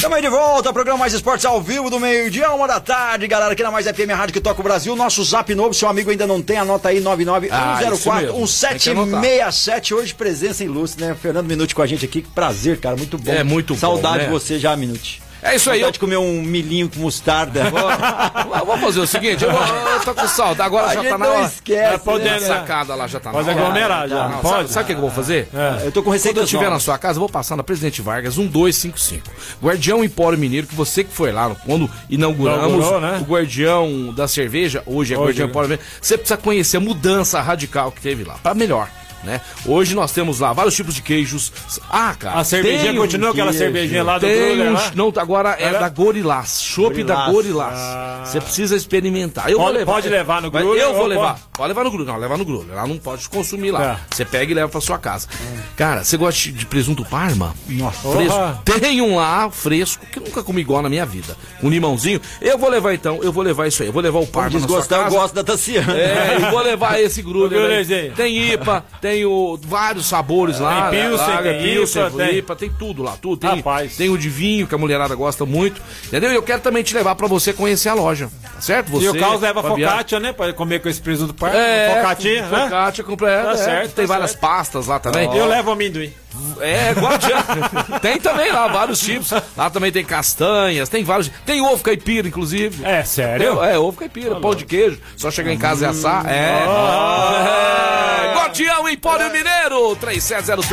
S1: Tamo aí de volta, programa Mais Esportes ao vivo do meio-dia, uma da tarde, galera, aqui na Mais FM Rádio que toca o Brasil. Nosso zap novo, seu amigo ainda não tem, anota aí
S2: Ah, isso mesmo. Tem
S1: 991041767. Hoje presença ilustre, né? Fernando Minuti com a gente aqui, que prazer, cara, muito bom.
S2: É, muito bom,
S1: Saudade
S2: né?
S1: de você já, Minuti.
S2: É isso aí.
S1: Vontade
S2: Eu,
S1: de comer um milhinho com mostarda. (laughs)
S2: eu vou fazer o seguinte, eu, vou, eu tô com saudade. Agora
S1: A
S2: já
S1: gente
S2: tá na
S1: não
S2: hora.
S1: esquece,
S2: Já pode na
S3: né?
S2: sacada lá, já tá
S3: Pode
S2: na hora.
S3: aglomerar já,
S2: Não,
S3: não pode? É.
S2: Sabe, sabe o que eu vou fazer?
S1: Eu tô com
S2: É. Quando eu
S1: receita
S2: estiver na sua casa, eu vou passar na Presidente Vargas 1255. Guardião Empório Mineiro, que você que foi lá quando inauguramos
S3: Inaugurou, né?
S2: o Guardião da Cerveja, hoje é
S3: Hoje,
S2: Guardião
S3: né?
S2: Empório Mineiro, você precisa conhecer a mudança radical que teve lá, pra melhor. Né? Hoje nós temos lá vários tipos de queijos. Ah, cara.
S3: A cervejinha
S2: tem um
S3: continua aquela
S1: queijo.
S3: cervejinha lá do né?
S2: tem
S3: Brulha,
S2: uns-
S3: lá?
S2: Não, agora é
S3: Era?
S2: da Gorilás. Chopp da
S1: Gorilás.
S2: Gorilás.
S3: Ah.
S2: Você precisa experimentar. Eu
S3: Pode-
S2: vou levar.
S3: pode levar no
S2: Vai-
S3: Grulha
S2: Eu vou
S3: ou
S2: levar.
S3: pode-
S2: Pode levar no Grulha. Não, leva no Grulha. Lá não pode consumir lá.
S3: Tá. É.
S2: Você pega e leva pra sua casa. Cara, você gosta de- de presunto parma?
S1: Nossa.
S2: Fresco.
S3: Porra.
S2: Tem um lá fresco que eu nunca comi igual na minha vida. Um limãozinho. Eu vou levar então, eu vou levar isso aí. Eu vou levar o parma na sua
S1: Desgostar, eu
S2: casa.
S1: gosto da Tassiana.
S2: É, eu vou levar esse grulho.
S3: Ô,
S2: né?
S3: Grulhezinho.
S2: Tem IPA, tem o, vários sabores lá. né?
S3: Tem Pilsen,
S2: lager,
S3: tem IPA, tem-
S2: IPA, tem tudo lá, tudo. Tem,
S3: Rapaz.
S2: tem o de vinho, que a mulherada gosta muito. Entendeu? E eu quero também te levar pra você conhecer a loja. Tá certo? Você,
S3: E o Carlos leva
S2: Fabiano.
S3: focaccia, né? Pra comer com esse presunto parma.
S2: É,
S3: Focatinha, né?
S2: Focaccia, completo.
S3: Tá
S2: é,
S3: certo,
S2: Tem
S3: tá
S2: várias
S3: certo.
S2: pastas lá também.
S3: Eu levo amendoim.
S2: É, guardiã. (laughs) tem também lá vários tipos. Lá também tem castanhas, tem vários. Tem ovo caipira, inclusive.
S3: É, sério?
S2: É, ovo caipira, pão de queijo. Só chegar em casa e assar. É. é. Guardião Empório Mineiro,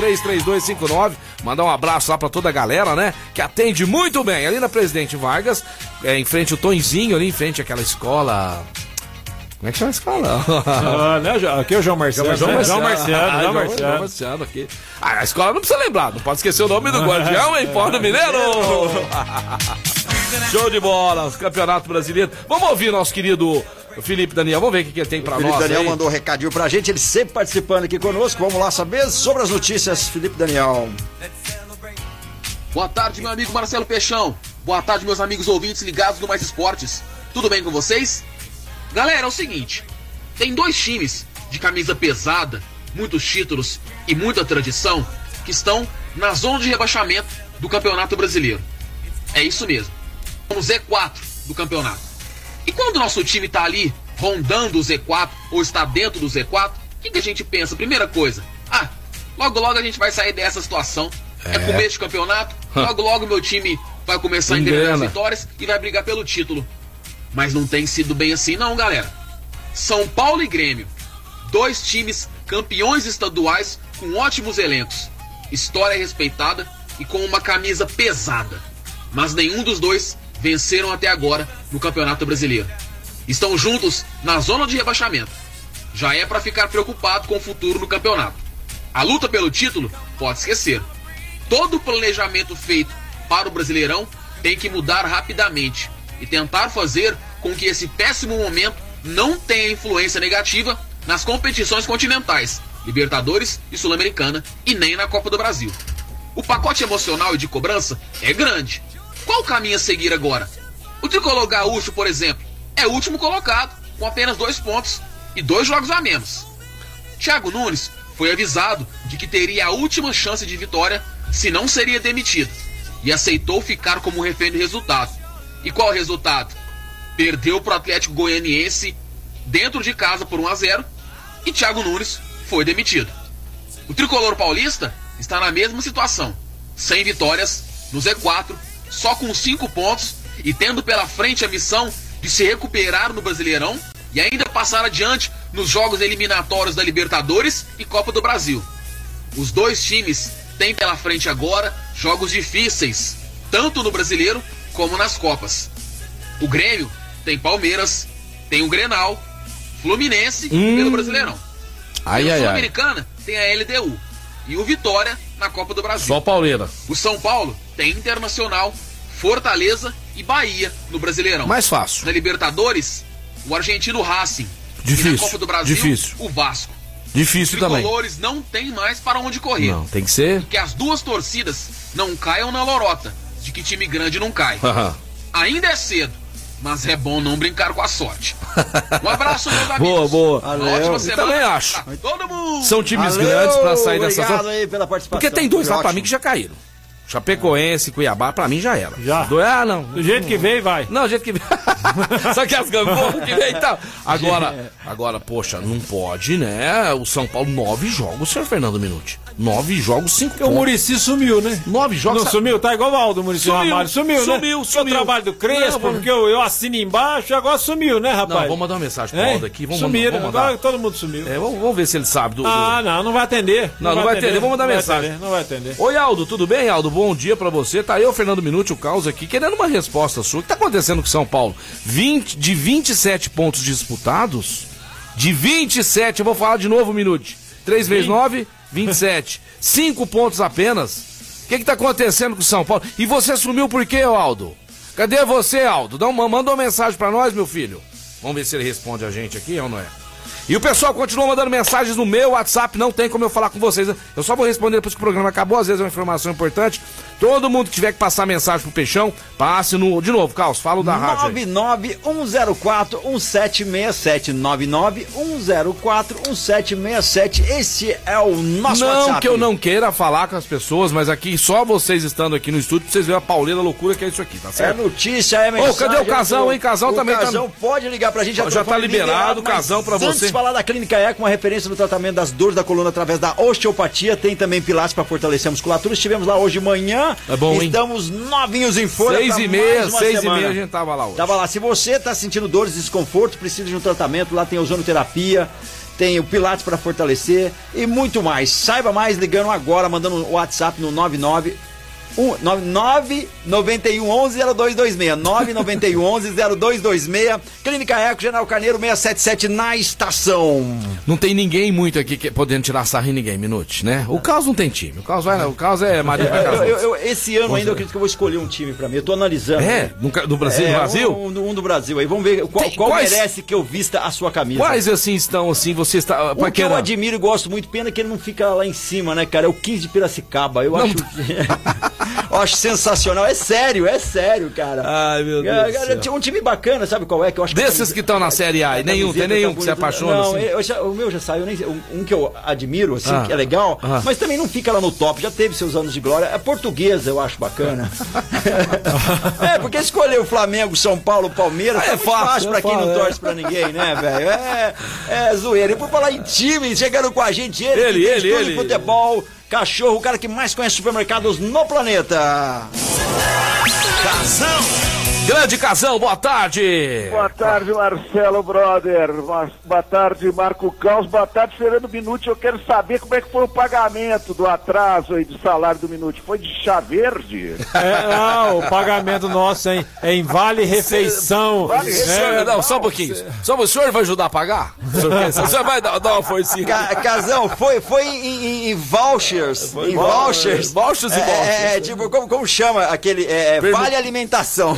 S2: 3703-3259. Mandar um abraço lá pra toda a galera, né? Que atende muito bem. Ali na Presidente Vargas, é, em frente o Tonzinho, ali em frente àquela escola. Como é que chama a escola?
S3: Ah, né, Jo- aqui é o João Marciano.
S2: João
S3: né?
S2: Marciano.
S3: Marciano,
S2: Ah,
S3: João
S2: João
S3: Marciano.
S2: Marciano aqui. Ah, a escola não precisa lembrar, não pode esquecer o nome do guardião, hein? Fora
S1: (laughs)
S2: do Mineiro! Show de bola, Campeonato Brasileiro. Vamos ouvir nosso querido Felipe Daniel, vamos ver o que que ele tem pra
S1: Felipe
S2: nós.
S1: Daniel
S2: aí.
S1: mandou um recadinho pra gente, ele sempre participando aqui conosco. Vamos lá saber sobre as notícias, Felipe Daniel.
S5: Boa tarde, meu amigo Marcelo Peixão. Boa tarde, meus amigos ouvintes ligados no Mais Esportes. Tudo bem com vocês? Galera, é o seguinte: tem dois times de camisa pesada, muitos títulos e muita tradição que estão na zona de rebaixamento do Campeonato Brasileiro. É isso mesmo. No Z4 do campeonato. E quando o nosso time tá ali rondando o Z4 ou está dentro do Z4, o que, que a gente pensa? Primeira coisa, ah, logo logo a gente vai sair dessa situação. É, começo de campeonato, logo logo meu time vai começar a engrenar as
S2: Engana.
S5: vitórias e vai brigar pelo título. Mas não tem sido bem assim não, galera. São Paulo e Grêmio, dois times campeões estaduais com ótimos elencos, história respeitada e com uma camisa pesada. Mas nenhum dos dois venceram até agora no Campeonato Brasileiro. Estão juntos na zona de rebaixamento. Já é para ficar preocupado com o futuro no campeonato. A luta pelo título pode esquecer. Todo o planejamento feito para o Brasileirão tem que mudar rapidamente e tentar fazer com que esse péssimo momento não tenha influência negativa nas competições continentais, Libertadores e Sul-Americana, e nem na Copa do Brasil. O pacote emocional e de cobrança é grande. Qual o caminho a seguir agora? O tricolor gaúcho, por exemplo, é o último colocado, com apenas dois pontos e dois jogos a menos. Thiago Nunes foi avisado de que teria a última chance de vitória se não seria demitido e aceitou ficar como refém do resultado. E qual o resultado? Perdeu para o Atlético Goianiense dentro de casa por 1 a 0 e Thiago Nunes foi demitido. O tricolor paulista está na mesma situação, sem vitórias no Z4, só com 5 pontos e tendo pela frente a missão de se recuperar no Brasileirão e ainda passar adiante nos jogos eliminatórios da Libertadores e Copa do Brasil. Os dois times têm pela frente agora jogos difíceis, tanto no Brasileiro como nas Copas. O Grêmio tem Palmeiras, tem o Grenal, Fluminense pelo Brasileirão.
S2: Ai,
S5: Pelo
S2: ai, ai.
S5: Sul-Americana tem a LDU e o Vitória na Copa do Brasil.
S2: Só Pauleira.
S5: O São Paulo tem Internacional, Fortaleza e Bahia no Brasileirão.
S2: Mais fácil.
S5: Na Libertadores, o argentino Racing.
S2: Difícil,
S5: E na Copa do Brasil,
S2: difícil.
S5: o Vasco. Os
S2: Difícil também.
S5: tricolores não tem mais para onde correr.
S2: Não, tem que ser.
S5: Que as duas torcidas não caiam na lorota de que time grande
S2: (laughs)
S5: não cai. Ainda é cedo, mas é bom não brincar com a sorte. Um abraço, meus amigos.
S2: (laughs) boa, boa.
S5: Uma ótima semana.
S2: Também acho.
S5: pra Todo mundo.
S2: São times
S1: Valeu,
S2: grandes pra sair dessa
S1: obrigado
S2: zona.
S1: aí pela participação.
S2: Porque tem dois
S1: Foi
S2: lá pra
S1: ótimo.
S2: mim que já caíram. Chapecoense, Cuiabá, pra mim já era.
S3: Já.
S2: Do, ah, não.
S3: Do jeito que veio, vai.
S2: Não, do jeito que vem. (laughs) Só que as gangorras que vem e tal. Agora, agora, poxa, não pode, né? O São Paulo, nove jogos, senhor Fernando Minuti. Nove jogos, cinco
S3: O
S2: pontos.
S3: Murici sumiu, né?
S2: Nove jogos.
S3: Não
S2: sabe?
S3: sumiu, tá igual o Aldo Murici
S2: Sumiu,
S3: Ramalho. Sumiu, né?
S2: sumiu,
S3: Porque
S2: sumiu.
S3: O trabalho do Crespo,
S2: Não, vamos-
S3: porque eu, eu assino embaixo, agora sumiu, né,
S2: Não,
S3: rapaz?
S2: vou mandar uma mensagem pro
S3: É,
S2: Aldo aqui. Vamos
S3: Sumiram,
S2: mandar. Vamos, mandar.
S3: agora todo mundo sumiu.
S2: É, vamos, vamos ver se ele sabe do. do-
S3: Ah, não, não vai atender.
S2: Não, não vai atender, vou mandar
S3: não vai
S2: mensagem.
S3: atender, não vai atender.
S2: né? Oi, Aldo, tudo bem, Aldo? Bom dia pra você. Tá eu, Fernando Minuti, o Caos aqui, querendo uma resposta sua. O que tá acontecendo com São Paulo? 20, de 27 pontos disputados, de 27, eu vou falar de novo, Minuti. 3 vezes 9, 27. 5 pontos apenas. O que que tá acontecendo com o São Paulo? E você sumiu por quê, ô Aldo? Cadê você, Aldo? Dá uma, manda uma mensagem pra nós, meu filho. Vamos ver se ele responde a gente aqui, é ou não é? E o pessoal continua mandando mensagens no meu WhatsApp, não tem como eu falar com vocês. Eu só vou responder depois que o programa acabou, às vezes é uma informação importante. Todo mundo que tiver que passar mensagem pro Peixão, passe no. De novo, Carlos, fala o da rádio. aí.
S1: 991041767. 991041767. Esse é o nosso
S2: Não
S1: WhatsApp.
S2: que eu não queira falar com as pessoas, mas aqui, só vocês estando aqui no estúdio, pra vocês verem a pauleira loucura que é isso aqui, tá
S1: É
S2: certo?
S1: notícia, é mensagem.
S2: cadê o Casão, hein? Casão
S1: o
S2: também tá-
S1: Casão pode ligar pra gente.
S2: Ó, já tá
S1: telefone
S2: liberado, Casão pra
S1: antes
S2: você.
S1: falar da Clínica Eco, uma referência no tratamento das dores da coluna através da osteopatia. Tem também pilates pra fortalecer a musculatura. Estivemos lá hoje de manhã.
S2: É bom, hein?
S1: Estamos novinhos em folha
S2: Seis
S1: pra
S2: e meia,
S1: mais uma
S2: seis e
S1: semana.
S2: meia a gente tava lá hoje.
S1: Tava lá. Se você tá sentindo dores, desconforto, precisa de um tratamento, lá tem ozonoterapia, tem o Pilates para fortalecer e muito mais. Saiba mais ligando agora, mandando o WhatsApp no 99 um- 99 91 11 0226
S2: (laughs)
S1: 991 11 0226 Clínica Eco, General Carneiro 677 na estação.
S2: Não tem ninguém muito aqui que, podendo tirar sarro em ninguém, Minute, né? O Carlos não tem time. O Carlos, vai, o Carlos
S1: (laughs)
S2: é marido pra
S1: Eu,
S2: Casão.
S1: eu- eu- esse ano ainda eu acredito que eu vou escolher um time pra mim. Eu tô analisando.
S2: É? No, ca- do Brasil?
S1: É,
S2: no Brasil?
S1: Um, um do Brasil aí. Vamos ver qual,
S2: Tem-
S1: qual
S2: quais-
S1: merece que eu vista a sua camisa.
S2: Quais assim estão, assim, você está.
S1: O que eu
S2: paquerando?
S1: admiro e gosto muito, pena que ele não fica lá em cima, né, cara? É o 15 de Piracicaba. Eu acho. (laughs) eu acho sensacional. É sério, é sério, cara.
S2: Ai, meu Deus
S1: É,
S2: do
S1: cara,
S2: céu.
S1: Um time bacana, sabe qual é? Que eu acho
S2: Desses que estão na Série
S1: É,
S2: A, e nenhum, tem nenhum que se apaixona
S1: tá né? Não,
S2: assim.
S1: eu já- o meu já saiu, nem, um, um que eu admiro, assim,
S2: Ah.
S1: que é legal,
S2: Ah.
S1: mas também não fica lá no top, já teve seus anos de glória. É portuguesa, eu acho
S2: (laughs)
S1: bacana. é, porque escolher o Flamengo, São Paulo, Palmeiras
S2: Ah, é
S1: é, muito
S2: fácil,
S1: fácil,
S2: é
S1: pra quem
S2: fácil,
S1: não
S2: é.
S1: torce pra ninguém, né, velho? É, é zoeira. E por falar em time, chegando com a gente, ele,
S2: Ele,
S1: que tem
S2: ele,
S1: estudo
S2: ele.
S1: de futebol, cachorro, o cara que mais conhece supermercados no planeta.
S4: Casão.
S2: Grande Casão, boa tarde!
S6: Boa tarde, Marcelo Brother. Mas- Boa tarde, Marco Caos. Boa tarde, Fernando Minuti. Eu quero saber como é que foi o pagamento do atraso aí do salário do Minuti. Foi de
S1: (laughs)
S6: chá verde?
S3: É, ah, o pagamento nosso hein, é em Vale Refeição.
S6: Vale
S3: É,
S2: O senhor- não, só um pouquinho. Só, o senhor vai ajudar a pagar? O senhor, quer- o senhor vai dar, dar uma forcinha?
S1: Ca- Casão, foi, foi em, em- em vouchers. em vouchers.
S2: Vouchers e
S1: É,
S2: vouchers.
S1: É, é, tipo, como, como chama aquele. É, é,
S2: Pernu-
S1: vale alimentação.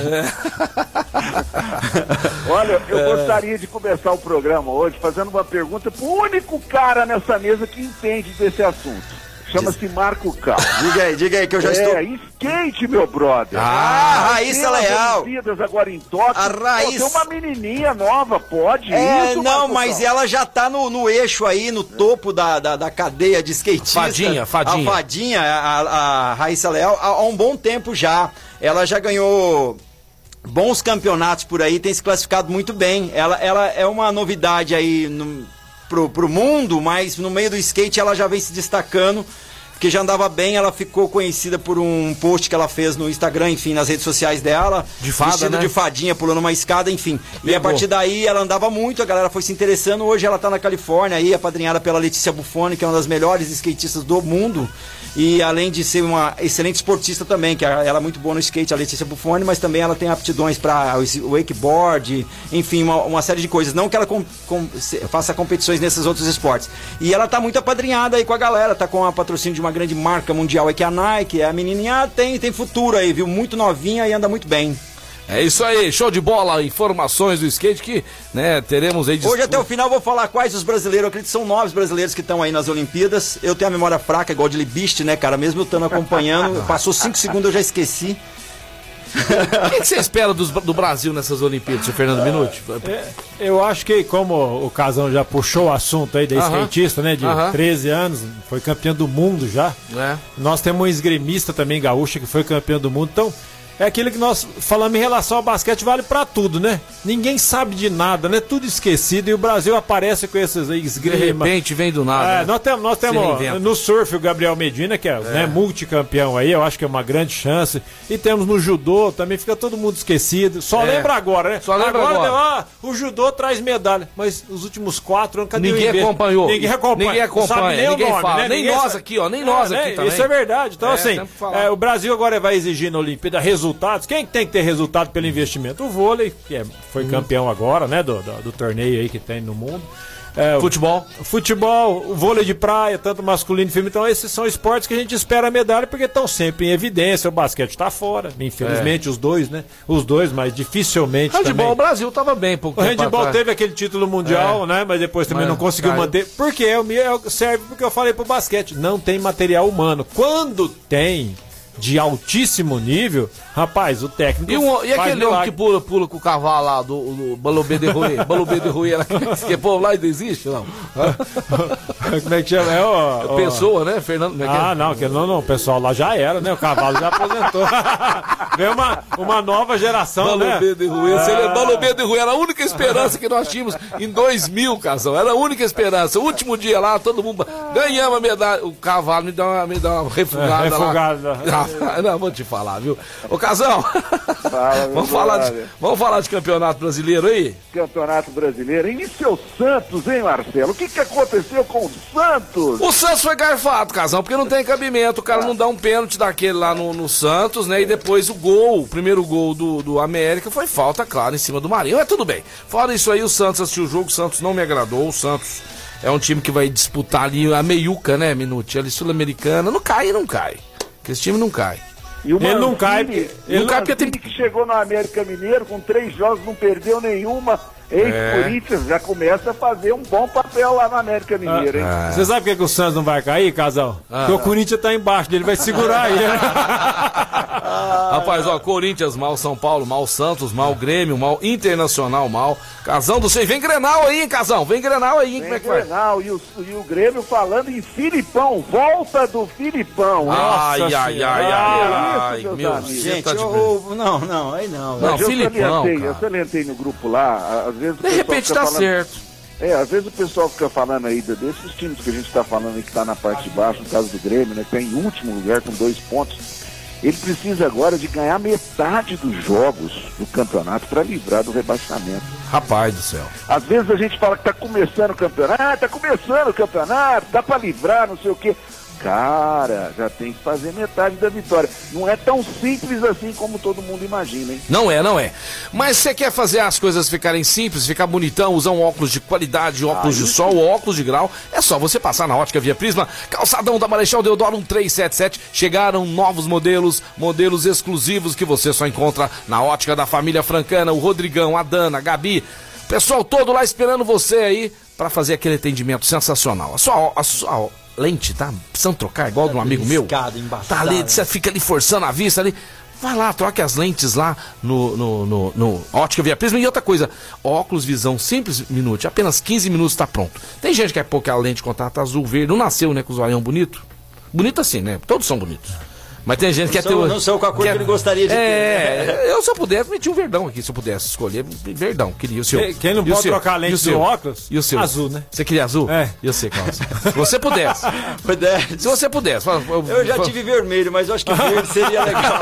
S6: Olha,
S1: É.
S6: eu gostaria de começar o programa hoje fazendo uma pergunta pro único cara nessa mesa que entende desse assunto. Chama-se Marco Caos.
S1: Diga aí, diga aí que eu já estou.
S6: É, skate, meu brother.
S1: Ah,
S6: As
S1: Raíssa
S6: Olimpíadas
S1: Leal.
S6: Olimpíadas agora em Tóquio.
S1: A
S6: Pô,
S1: Raíssa-
S6: Tem uma menininha nova, pode
S1: É,
S6: isso,
S1: não,
S6: Marco
S1: mas
S6: Caos?
S1: ela já tá no, no eixo aí, no topo da, da, da cadeia de skatista.
S2: Fadinha, fadinha.
S1: A fadinha, a, a- a Raíssa Leal, há, há um bom tempo já. Ela já ganhou bons campeonatos por aí, tem se classificado muito bem. Ela, ela é uma novidade aí no, pro, pro mundo, mas no meio do skate ela já vem se destacando. Porque já andava bem, ela ficou conhecida por um post que ela fez no Instagram, enfim, nas redes sociais dela.
S2: De fada,
S1: vestida
S2: né?
S1: de fadinha, pulando uma escada, enfim. E a
S2: Pegou.
S1: partir daí ela andava muito, a galera foi se interessando. Hoje ela tá na Califórnia aí, apadrinhada pela Letícia Buffoni, que é uma das melhores skatistas do mundo. E além de ser uma excelente esportista também, que a- ela é muito boa no skate, a Letícia Buffoni, mas também ela tem aptidões para wakeboard, enfim, uma, uma série de coisas. Não que ela com- com- se- faça competições nesses outros esportes. E ela tá muito apadrinhada aí com a galera, tá com a patrocínio de uma grande marca mundial, é que é a Nike, é a menininha, tem, tem futuro aí, viu? Muito novinha e anda muito bem.
S2: É isso aí, show de bola, informações do skate que, né, teremos aí... de-
S1: Hoje até o final eu vou falar quais os brasileiros, eu acredito que são nove brasileiros que estão aí nas Olimpíadas. Eu tenho a memória
S2: (laughs)
S1: fraca, igual de Libiste, né, cara? Mesmo eu estando acompanhando, passou cinco segundos eu já esqueci.
S2: O que que você espera dos- do Brasil nessas Olimpíadas, seu Fernando Minuti?
S3: É, eu acho que como o Casão já puxou o assunto aí da
S2: Aham.
S3: skatista, né? De
S2: Aham.
S3: 13 anos, foi campeão do mundo já.
S2: É.
S3: Nós temos um esgremista também gaúcha que foi campeão do mundo. Então, é aquilo que nós falamos em relação ao basquete, vale pra tudo, né? Ninguém sabe de nada, né? Tudo esquecido e o Brasil aparece com esses aí,
S2: De
S3: esgrima.
S2: repente vem do nada.
S3: É,
S2: né?
S3: nós temos, nós temos
S2: reinventa.
S3: no surf o Gabriel Medina, que é, Né, multicampeão aí, eu acho que é uma grande chance. E temos no judô, também fica todo mundo esquecido. Só
S2: É.
S3: lembra agora, né?
S2: Só lembra agora.
S3: ó, o judô traz medalha, mas os últimos quatro anos, cadê o
S2: Ninguém
S3: Ibe?
S2: acompanhou.
S3: Ninguém acompanha.
S2: Ninguém acompanha,
S3: Não sabe nem o
S2: ninguém
S3: nome,
S2: fala.
S3: né?
S2: Nem
S3: Ninguém
S2: nós
S3: sabe.
S2: aqui, ó, nem nós aqui também.
S3: Isso é verdade. Então,
S2: É,
S3: assim,
S2: temos que falar.
S3: é, o Brasil agora vai exigir na Olimpíada resultados. Quem que tem que ter resultado pelo investimento? O vôlei, que é- foi
S2: Hum.
S3: campeão agora, né, do, do, do torneio aí que tem no mundo. É, o-
S2: Futebol.
S3: futebol, o vôlei de praia, tanto masculino e feminino. Então, esses são esportes que a gente espera a medalha porque estão sempre em evidência. O basquete está fora, né? infelizmente, os dois, né? Os dois, mas dificilmente.
S2: É. Handball, o
S3: também.
S2: Brasil tava bem pouco
S3: O
S2: tempo
S3: handball
S2: atrás.
S3: teve aquele título mundial,
S2: É.
S3: né? Mas depois também
S2: Mas
S3: não conseguiu
S2: caiu.
S3: manter. Porque é, o mi- é, o- serve porque eu falei pro basquete. Não tem material humano. Quando tem de altíssimo nível, rapaz, o técnico.
S2: E, um- e
S3: faz
S2: aquele homem
S3: milagre.
S2: que pula, pula com o cavalo lá do, do Balobê de Rui, Balobê de Rui, era que é povo lá e desiste, não?
S3: (laughs)
S2: É
S3: Como é que chama? É, ó, ó.
S2: Pessoa, né, Fernando? como é que é?
S3: Ah, não, que não, não, o pessoal lá já era, né? O cavalo já
S2: (laughs)
S3: aposentou. Veio uma, uma nova geração, né?
S2: Balobê de Rui, você lembra? Balobê de Rui era a única esperança que nós tínhamos em 2000, Casão. Era a única esperança. O último dia lá, todo mundo ganhamos a medalha. O cavalo me dá uma, me dá uma refugada,
S3: É, refugada.
S2: lá. Ah, (laughs) não, vou te falar, viu? Ô, Casão,
S6: meu
S2: (laughs) vamos, falar de,
S6: brother.
S2: vamos falar de campeonato brasileiro aí?
S6: Campeonato Brasileiro. E seu Santos, hein, Marcelo? O que, que aconteceu com o Santos?
S2: O Santos foi garfado, Casão, porque não tem cabimento. O cara não dá um pênalti daquele lá no, no Santos, né? E depois o gol, o primeiro gol do, do América foi falta, claro, em cima do Marinho. Mas tudo bem. Fora isso aí, o Santos assistiu o jogo, o Santos não me agradou. O Santos é um time que vai disputar ali a meiuca, né, Minuti? Ali sul-americana. Não cai, não cai. Porque esse time não cai.
S6: E o
S3: Ele não cai,
S6: Mancini-
S3: porque-
S6: e o
S2: ele não cai porque
S6: Mancini
S2: tem-
S6: que chegou no América Mineiro com três jogos, não perdeu nenhuma. Ex-Corinthians
S2: É.
S6: já começa a fazer um bom papel lá no América
S2: Ah,
S6: Mineiro, hein?
S3: Você sabe por que, que o Santos não vai cair, casal? Porque o Corinthians tá embaixo, ele vai segurar aí. né?
S2: Rapaz, ó, Corinthians mal, São Paulo mal, Santos mal, Grêmio mal, Internacional mal. Casão do Sei, vem Grenal aí, hein, Casão? Vem Grenal aí, hein? Como é que vai?
S6: Grenal, e, o, e o Grêmio falando em Filipão, volta do Filipão. hein?
S2: Ai, ai,
S3: Nossa
S2: ai,
S3: Senhora.
S6: Ah,
S2: ai, ai,
S6: isso, meus
S2: meu,
S6: amigos.
S2: você
S1: Gente,
S2: tá de
S1: eu-
S2: brincadeira.
S1: eu- não, não, aí não.
S2: Não,
S6: Mas eu
S2: Filipão,
S6: salientei,
S2: cara.
S6: eu salientei no grupo lá, às vezes o
S2: De
S6: pessoal
S2: repente
S6: fica
S2: tá
S6: falando-
S2: certo.
S6: É, às vezes o pessoal fica falando aí de- desses times que a gente tá falando aí que tá na parte de baixo, no caso do Grêmio, né, que tá em último lugar com dois pontos. Ele precisa agora de ganhar metade dos jogos do campeonato para livrar do rebaixamento.
S2: Rapaz do céu.
S6: Às vezes a gente fala que tá começando o campeonato, ah, tá começando o campeonato, dá pra livrar, não sei o quê. Cara, já tem que fazer metade da vitória. Não é tão simples assim como todo mundo imagina, hein?
S2: Não é, não é. Mas você quer fazer as coisas ficarem simples, ficar bonitão, usar um óculos de qualidade,
S1: Ah,
S2: óculos de sol, óculos de grau, é só você passar na ótica Via Prisma, calçadão da Marechal Deodoro 1377. Chegaram novos modelos, modelos exclusivos que você só encontra na ótica da família Francana, o Rodrigão, a Dana, a Gabi. Pessoal todo lá esperando você aí pra fazer aquele atendimento sensacional. A sua, a sua lente, tá? Precisando trocar, igual de um amigo meu.
S1: beliscada, embaçada. né?
S2: Tá ali, você fica ali forçando a vista ali. Vai lá, troque as lentes lá no, no, no, no Ótica Via Prisma. E outra coisa, óculos visão simples, minuto, apenas 15 minutos tá pronto. Tem gente que é pouco a lente contato azul, verde, não nasceu, né, com o zoião bonito? Bonito assim, né? Todos são bonitos. Mas tem gente que quer
S1: são-
S2: ter o-
S1: não são com a cor que ele gostaria de ter, né?
S2: é, Eu, se eu pudesse, metia um verdão aqui, se eu pudesse escolher. Verdão, queria o seu.
S3: Quem- quem não
S2: E o
S3: pode
S2: seu?
S3: trocar a lente
S2: E o seu?
S3: do óculos?
S2: E o seu?
S3: Azul, né?
S2: Você queria azul?
S3: É.
S2: Eu sei, Carlos. Se você
S3: (laughs)
S2: pudesse.
S1: Pois é.
S2: Se você pudesse. fala-
S1: Eu já tive vermelho, mas eu acho que verde seria legal.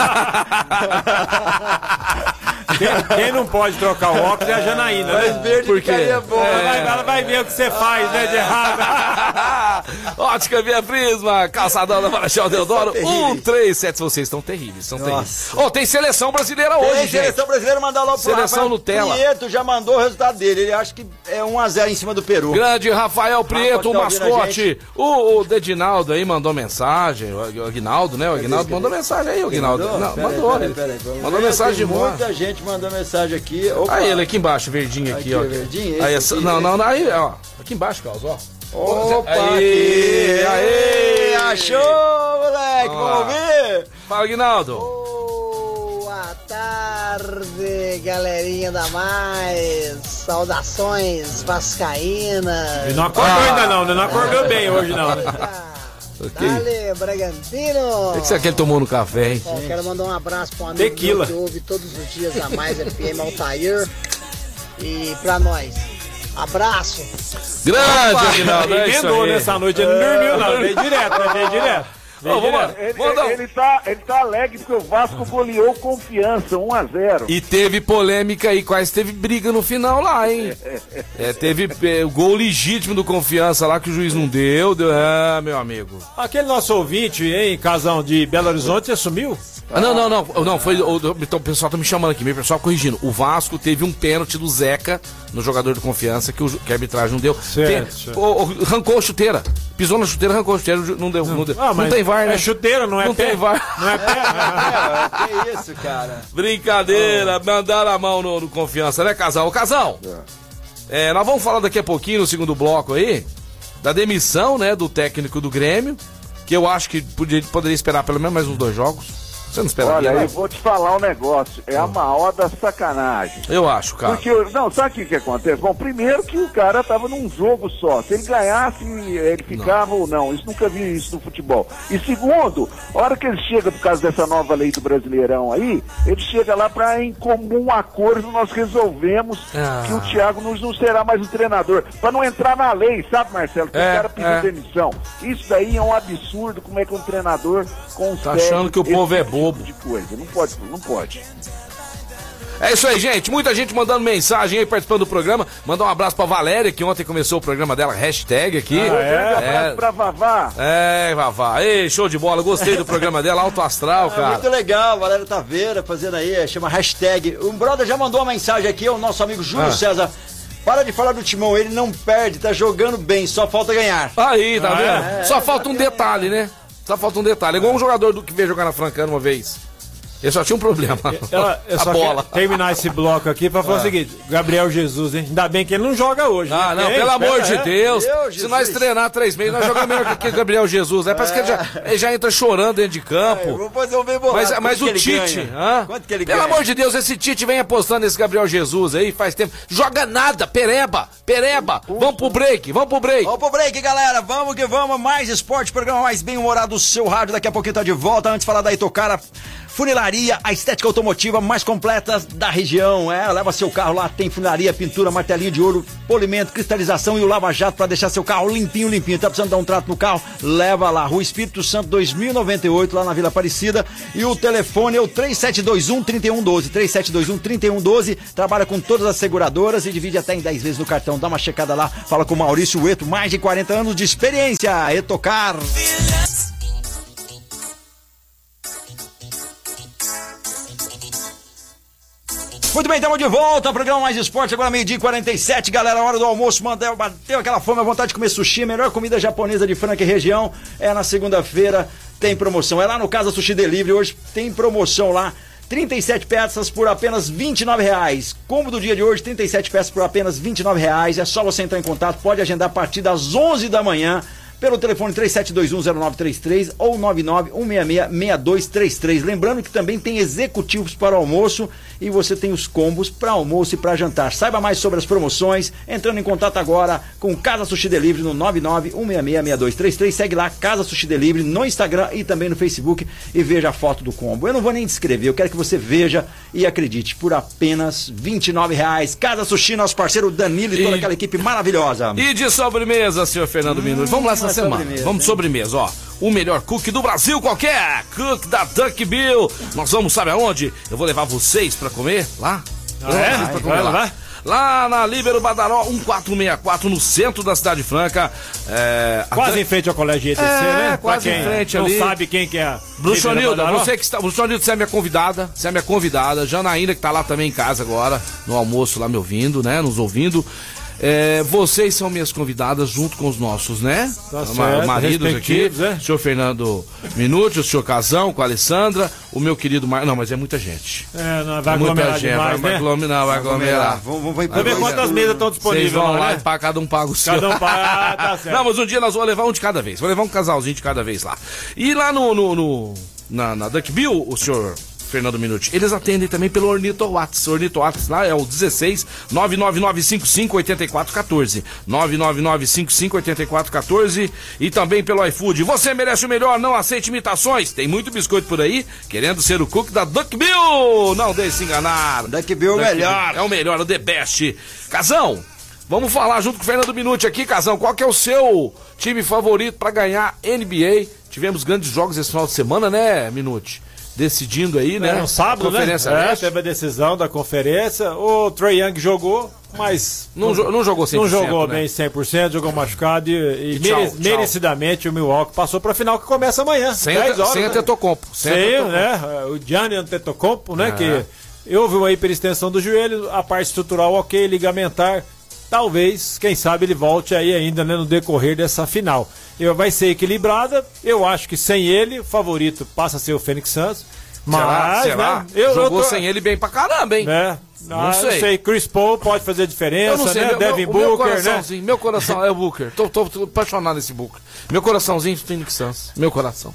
S3: Quem, quem não pode trocar o óculos é a Janaína,
S1: Mas
S3: né?
S1: verde
S2: (laughs) Por quê? É.
S1: ficaria bom. né?
S3: Ela, vai, ela vai ver o que você faz, né, de errado.
S2: (laughs) Ótica Via Prisma, calçadão da Marechal Deodoro, 137. Vocês estão terríveis, estão terríveis.
S1: Nossa.
S2: Ô, tem seleção brasileira
S1: Tem
S2: hoje, gente.
S1: seleção brasileira mandar logo pro
S2: Seleção
S1: Rafael
S2: Nutella.
S1: Prieto já mandou o resultado dele. Ele acha que é 1x0 em cima do Peru.
S2: Grande Rafael Prieto, o
S1: tá ouvindo a
S2: mascote. O, o Dedinaldo aí mandou mensagem. O Aguinaldo, né? O Aguinaldo mandou mensagem aí, o Aguinaldo. Não,
S1: Pera aí,
S2: mandou.
S1: pera aí,
S2: ele
S1: pera aí, vamos
S2: Mandou
S1: ver.
S2: mensagem de
S1: Tem
S2: boa.
S1: Muita gente mandou mensagem aqui. Opa.
S2: Aí ele aqui embaixo, verdinho aqui,
S1: Aqui,
S2: ó.
S1: verdinho, esse
S2: aí, essa-
S1: aqui,
S2: não,
S1: esse
S2: não, não, aí, ó. Aqui embaixo, Carlos, ó.
S1: Opa,
S2: Aê,
S1: aqui.
S2: aê.
S1: Achou, moleque.
S2: Vamos lá.
S1: Vamos ver?
S2: Fala, Aguinaldo.
S7: Boa tarde. tarde, galerinha da mais. Saudações vascaínas.
S3: Ele não acordou
S2: Ah.
S3: ainda não, né? Não acordou bem hoje não, né?
S2: Ok. É
S7: Dale, Bragantino.
S2: O que será que ele tomou no café, hein?
S7: Ó, quero mandar um abraço para um amigo
S3: Tequila.
S7: meu que ouve todos os dias a Mais FM Altair. E para nós. Abraço.
S2: Grande, Aguinaldo. é isso
S3: Emendou
S2: aí. É.
S3: nessa noite, ele não dormiu não, veio direto, né? Veio direto. Veio
S2: Ô, vamos lá. um.
S3: direto.
S6: Ele,
S2: Vamos dar-
S6: ele, ele tá, ele tá alegre porque o Vasco goleou confiança, 1x0.
S2: E teve polêmica aí, quase teve briga no final lá, hein? É, teve é, o gol legítimo do confiança lá que o juiz não deu. deu ah, meu amigo.
S3: Aquele nosso ouvinte, hein, casão de Belo Horizonte, você sumiu?
S2: Ah, não, não, não. Não, foi. O, o- então, o pessoal tá me chamando aqui, meu pessoal corrigindo. O Vasco teve um pênalti do Zeca no jogador de confiança que, o, ju- que a arbitragem não deu.
S3: Certo,
S2: Tem-
S3: certo.
S2: o- o- arrancou a chuteira. Pisou na chuteira, arrancou a chuteira, ju- não deu. Não, deu. não tem VAR, né?
S3: É chuteira, não é
S2: Não
S3: pé.
S2: tem VAR.
S3: Não é pé.
S1: Que isso, cara?
S2: Brincadeira, mandaram a mão no, no confiança, né, casal? Ô, casal! É, nós vamos falar daqui a pouquinho, no segundo bloco aí, da demissão, né, do técnico do Grêmio, que eu acho que podia, poderia esperar pelo menos mais uns dois jogos. Você não esperaria,
S6: Olha,
S2: né?
S6: eu vou te falar um negócio. É a maior da sacanagem.
S2: Eu acho, cara.
S6: Porque, eu- não, sabe o que, que acontece? Bom, primeiro que o cara tava num jogo só. Se ele ganhasse, ele ficava ou não. Isso nunca vi isso no futebol. E segundo, a hora que ele chega, por causa dessa nova lei do Brasileirão aí, ele chega lá para em comum acordo nós resolvemos
S2: Ah.
S6: que o Thiago Nunes não será mais o treinador. para não entrar na lei, sabe, Marcelo? Que
S2: É,
S6: o cara pediu
S2: é.
S6: demissão. Isso daí é um absurdo, como é que um treinador consegue.
S2: Tá achando que o
S6: esse
S2: povo é
S6: tipo
S2: bobo.
S6: De coisa. Não pode, não pode.
S2: É isso aí, gente. Muita gente mandando mensagem aí, participando do programa. Mandar um abraço pra Valéria, que ontem começou o programa dela, hashtag aqui.
S6: Grande abraço pra Vavá.
S2: É, Vavá. Ei, show de bola. Gostei do programa dela, alto astral,
S1: É muito
S2: cara.
S1: legal, Valério Taveira fazendo aí, eh, chama hashtag. Um brother já mandou uma mensagem aqui, é o nosso amigo Júlio
S2: Ah.
S1: César. Para de falar do Timão, ele não perde, tá jogando bem, só falta ganhar.
S2: Aí, tá
S3: Ah,
S1: é?
S2: vendo? Só falta um detalhe, né? Só falta um detalhe. É igual um jogador do que veio jogar na Francana uma vez. Ele só tinha um problema.
S1: É,
S3: Ela, eu
S2: (laughs) a
S3: só
S2: bola. É.
S3: quero terminar esse bloco aqui pra falar o seguinte: Gabriel Jesus, hein? Ainda bem que ele não joga hoje.
S2: Ah,
S3: né?
S2: não,
S3: Quem?
S2: pelo amor
S3: Pera,
S2: de
S3: é?
S2: Deus.
S1: Meu
S2: se
S1: Jesus.
S2: nós treinar três meses, nós jogamos melhor que o Gabriel Jesus, né? Parece que ele já, ele já entra chorando dentro de
S1: É, eu
S2: campo.
S1: vou fazer um bem bolado.
S2: Mas,
S1: Quanto
S2: mas
S1: que
S2: o
S1: ele
S2: Tite,
S1: ganha?
S2: hã?
S1: Quanto que ele
S2: Pelo
S1: ganha?
S2: amor de Deus, esse Tite vem apostando nesse Gabriel Jesus aí faz tempo. Joga nada, pereba, pereba. Vamos pro break, vamos pro break.
S1: Vamos pro break, galera. Vamos que vamos. Mais esporte, programa mais bem humorado do seu rádio. Daqui a pouquinho tá de volta. Antes de falar da Itocara, funilaria, a estética automotiva mais completa da região. É, leva seu carro lá, tem funilaria, pintura, martelinho de ouro, polimento, cristalização e o lava-jato pra deixar seu carro limpinho, limpinho. Tá precisando dar um trato no carro? Leva lá. Rua Espírito Santo 2098, lá na Vila Aparecida. E o telefone é o 3721 3112. 3721 3112. Trabalha com todas as seguradoras e divide até em 10 vezes no cartão. Dá uma checada lá. Fala com o Maurício Eto, mais de 40 anos de experiência. Etocar. Muito bem, estamos de volta. Programa Mais Esporte, agora meio-dia e 47. Galera, hora do almoço. Mandeu, bateu aquela fome, a vontade de comer sushi. Melhor comida japonesa de Franca e região. É na segunda-feira, tem promoção. É lá no Casa Sushi Delivery. Hoje tem promoção lá. 37 peças por apenas R$ 29 reais. Combo do dia de hoje, 37 peças por apenas R$ 29 reais. É só você entrar em contato. Pode agendar a partir das 11 da manhã pelo telefone 37210933 ou 991666233. Lembrando que também tem executivos para almoço e você tem os combos para almoço e para jantar. Saiba mais sobre as promoções entrando em contato agora com Casa Sushi Delivery no 991666233. Segue lá Casa Sushi Delivery no Instagram e também no Facebook e veja a foto do combo. Eu não vou nem descrever, eu quero que você veja e acredite por apenas R$ 29 reais. Casa Sushi, nosso parceiro Danilo e toda
S2: E-
S1: aquela equipe maravilhosa.
S2: E de sobremesa, senhor Fernando
S3: Hum,
S2: Minuto. Vamos lá essa
S1: uma
S2: semana.
S1: sobremesa,
S2: vamos sobremesa, ó. O melhor cookie do Brasil qualquer. Cook da Duck Bill. Nós vamos, sabe aonde? Eu vou levar vocês pra comer lá. Eu vou
S3: é?
S2: levar vocês pra comer
S3: Vai,
S2: lá.
S3: vai.
S2: Lá na Líbero Badaró 1464, no centro da cidade franca. É, a
S3: Quase
S2: Duck-
S3: em frente ao colégio ETC,
S2: É,
S3: né? Pra
S2: quase em
S3: quem
S2: frente
S3: não
S2: ali.
S3: sabe quem que é. a
S2: Bruxonilda,
S3: Badaró.
S2: você que está. Bruxonilda, você é minha convidada. Você é minha convidada. Janaína, que tá lá também em casa agora, no almoço, lá me ouvindo, né? Nos ouvindo. É, vocês são minhas convidadas junto com os nossos, né?
S3: Tá
S2: Ma-
S3: certo,
S2: maridos aqui.
S3: respectivos, é.
S2: O senhor Fernando Minuti, o senhor Casão com a Alessandra, o meu querido Mar... Não, mas é muita gente.
S3: É, não, vai
S2: É muita
S3: aglomerar
S2: gente. Vai
S3: demais, né?
S2: aglomerar, vai aglomerar.
S1: Vamos, vamos, vamos,
S3: Vamos ver quantas mesas estão
S2: Vocês
S3: disponíveis
S2: vão
S3: lá,
S2: lá
S3: né?
S2: e pá, cada um paga o seu.
S3: Cada um paga, ah,
S2: (laughs)
S3: tá certo.
S2: Não, mas um dia nós vamos levar um de cada vez. Vou levar um casalzinho de cada vez lá. E lá no. no, no- na, na Duck Bill, o senhor Fernando Minuti. Eles atendem também pelo Ornito Whats. Ornito Whats lá é o 16 999558414. 999558414 e também pelo iFood. Você merece o melhor, não aceite imitações. Tem muito biscoito por aí querendo ser o cook da Duck Bill. Não deixe se enganar.
S1: Duck Bill é o melhor.
S2: É o melhor, o the best. Casão, vamos falar junto com o Fernando Minuti aqui, Casão. Qual que é o seu time favorito para ganhar NBA? Tivemos grandes jogos esse final de semana, né, Minuti? decidindo aí, né?
S3: É, um sábado, né?
S2: Conferência
S3: É,
S2: Leste.
S3: teve a decisão da conferência. O Trey Young jogou, mas
S2: Não jo- não jogou 100%,
S3: Não jogou
S2: né?
S3: bem 100%, jogou machucado e, e
S2: E tchau,
S3: mere-
S2: tchau.
S3: merecidamente o Milwaukee passou para a final que começa amanhã,
S2: Sem,
S3: 10 horas.
S2: sem
S3: né?
S2: Antetokounmpo. Sem
S3: Sem,
S2: Antetokounmpo.
S3: né? O Gianni Antetokounmpo, né? Que houve uma hiperextensão do joelho, a parte estrutural ok, ligamentar. Talvez, quem sabe, ele volte aí ainda né, no decorrer dessa final. E vai ser equilibrada. Eu acho que sem ele, o favorito passa a ser o Fênix Santos. Mas,
S2: será? será?
S3: né? Eu, eu
S2: jogou
S3: tô-
S2: sem ele bem pra caramba, hein?
S3: né?
S2: Não
S3: Ah, eu
S2: sei.
S3: Chris Paul pode fazer diferença,
S2: Eu não sei,
S3: né?
S2: meu,
S3: Devin
S2: meu, o meu
S3: Booker, né?
S2: coraçãozinho, meu coração é o Booker. Tô, tô, tô apaixonado nesse Booker. Meu coraçãozinho Phoenix Suns, meu coração.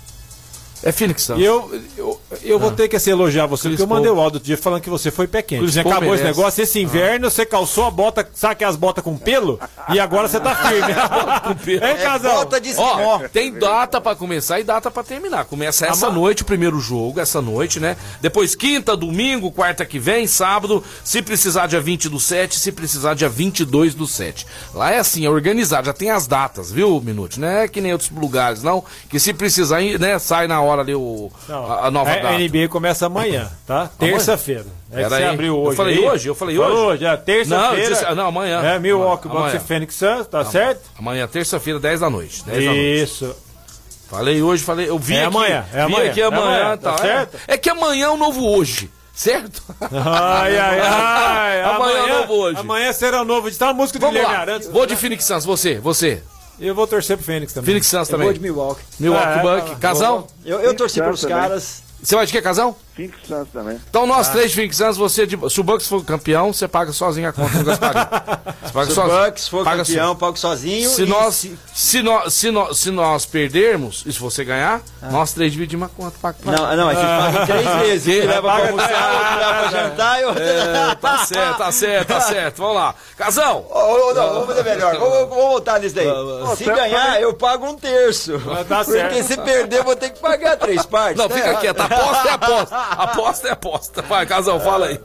S2: É Phoenix Suns.
S3: E eu, eu, eu vou ter que assim, elogiar você,
S2: Chris
S3: porque eu mandei
S2: Ah. Paul.
S3: o áudio outro dia falando que você foi pé quente.
S2: Chris
S3: Você
S2: Paul
S3: acabou esse
S2: merece. Ah.
S3: negócio, esse inverno você calçou a bota, sabe que é as botas com pelo? E agora você tá
S2: (laughs)
S3: firme. (laughs) Hein, casal?
S1: Falta de esquimó.
S2: É Ó, tem data pra começar e data pra terminar. Começa essa
S3: Ama-
S2: noite o primeiro jogo, essa noite, né? Depois quinta, domingo, quarta que vem, sábado, se precisar dia 20 do 7, se precisar dia 22 do 7. Lá é assim, é organizado, já tem as datas, viu, Minuto? Não é que nem outros lugares, não, que se precisar, né, sai na hora ali o,
S3: Não,
S2: a, a nova data.
S3: é- A NBA começa amanhã, tá? Terça-feira. É que
S2: Pera
S3: você
S2: aí.
S3: abriu
S2: Eu
S3: hoje.
S2: falei
S3: aí.
S2: hoje? Eu falei
S3: Falou
S2: hoje?
S3: é terça-feira.
S2: Não, disse- ah, não, amanhã.
S3: É Milwaukee,
S2: Amanhã.
S3: Bucks e Phoenix Suns, tá certo?
S2: Amanhã, terça-feira, 10 da noite. 10 da noite. (laughs)
S3: Isso.
S2: Falei hoje, falei. Eu vi
S3: É
S2: aqui.
S3: amanhã, é
S2: vi
S3: amanhã,
S2: aqui
S3: é
S2: amanhã,
S3: amanhã,
S2: tal.
S3: tá
S2: É-
S3: certo?
S2: É, que amanhã é o novo hoje, certo?
S3: Ai, ai, ai.
S2: Amanhã é novo hoje.
S3: Amanhã será o novo. Tá a música do
S2: Vamos
S3: Guilherme
S2: lá.
S3: Arantes.
S2: Vou de Phoenix Suns, você, você.
S3: Eu vou torcer pro Fênix também.
S2: Phoenix Suns
S1: Eu vou
S2: também.
S1: de Ah, Milwaukee.
S2: Milwaukee
S3: É,
S2: Bucks.
S3: vou-
S2: Casal?
S1: Eu, eu torci
S6: Tá,
S1: pros
S6: também.
S1: caras.
S2: Você vai de quê, casal?
S6: Phoenix Suns também.
S2: Então
S1: Ah.
S2: nós três Phoenix Suns, você de. Se o Bucks for campeão, você paga sozinho a conta do Gasparinho. Você paga
S1: Se o
S2: sozinho.
S1: Bucks for
S2: Paga
S1: campeão,
S2: sozinho.
S1: pago sozinho.
S2: Se
S1: e
S2: nós,
S1: se-
S2: se, nós, se, nós, se nós perdermos, e se você ganhar, nós três dividimos a conta. Paga, paga.
S1: Ah. Não, não, a gente paga em três vezes. Um que leva pra almoçar, outro que leva pra jantar e outro...
S2: É, tá certo, tá certo, tá certo. Vamos lá. Casal,
S1: (laughs) Ô, ô, não, vamos fazer melhor. Vamos, vamos voltar nisso daí. Se ganhar, eu pago um terço.
S3: tá
S1: Porque
S3: certo.
S1: se perder, eu vou ter que pagar três partes.
S2: Não,
S1: Tá
S2: fica
S1: errado.
S2: quieto. Aposta é aposta. Aposta é aposta. Vai, Casal, fala aí.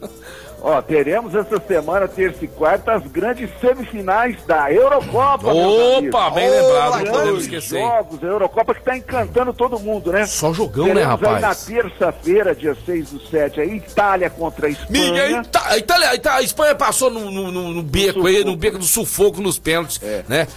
S6: Ó, teremos essa semana, terça e quarta, as grandes semifinais da Eurocopa. meus amigos.
S2: Opa, bem
S1: Ô,
S2: lembrado. Não
S1: Lagarto.
S2: podemos
S6: Grandes
S2: esquecer. hein?
S6: jogos, a Eurocopa que tá encantando todo mundo, né?
S2: Só jogão, né,
S6: Teremos aí na
S2: rapaz?
S6: terça-feira, dia 6 do 7, aí Itália contra a Espanha.
S2: Minha, Ita- a Itália, a Ita- a Espanha passou no, no, no- no beco aí, no beco do sufoco nos pênaltis,
S6: É.
S2: né?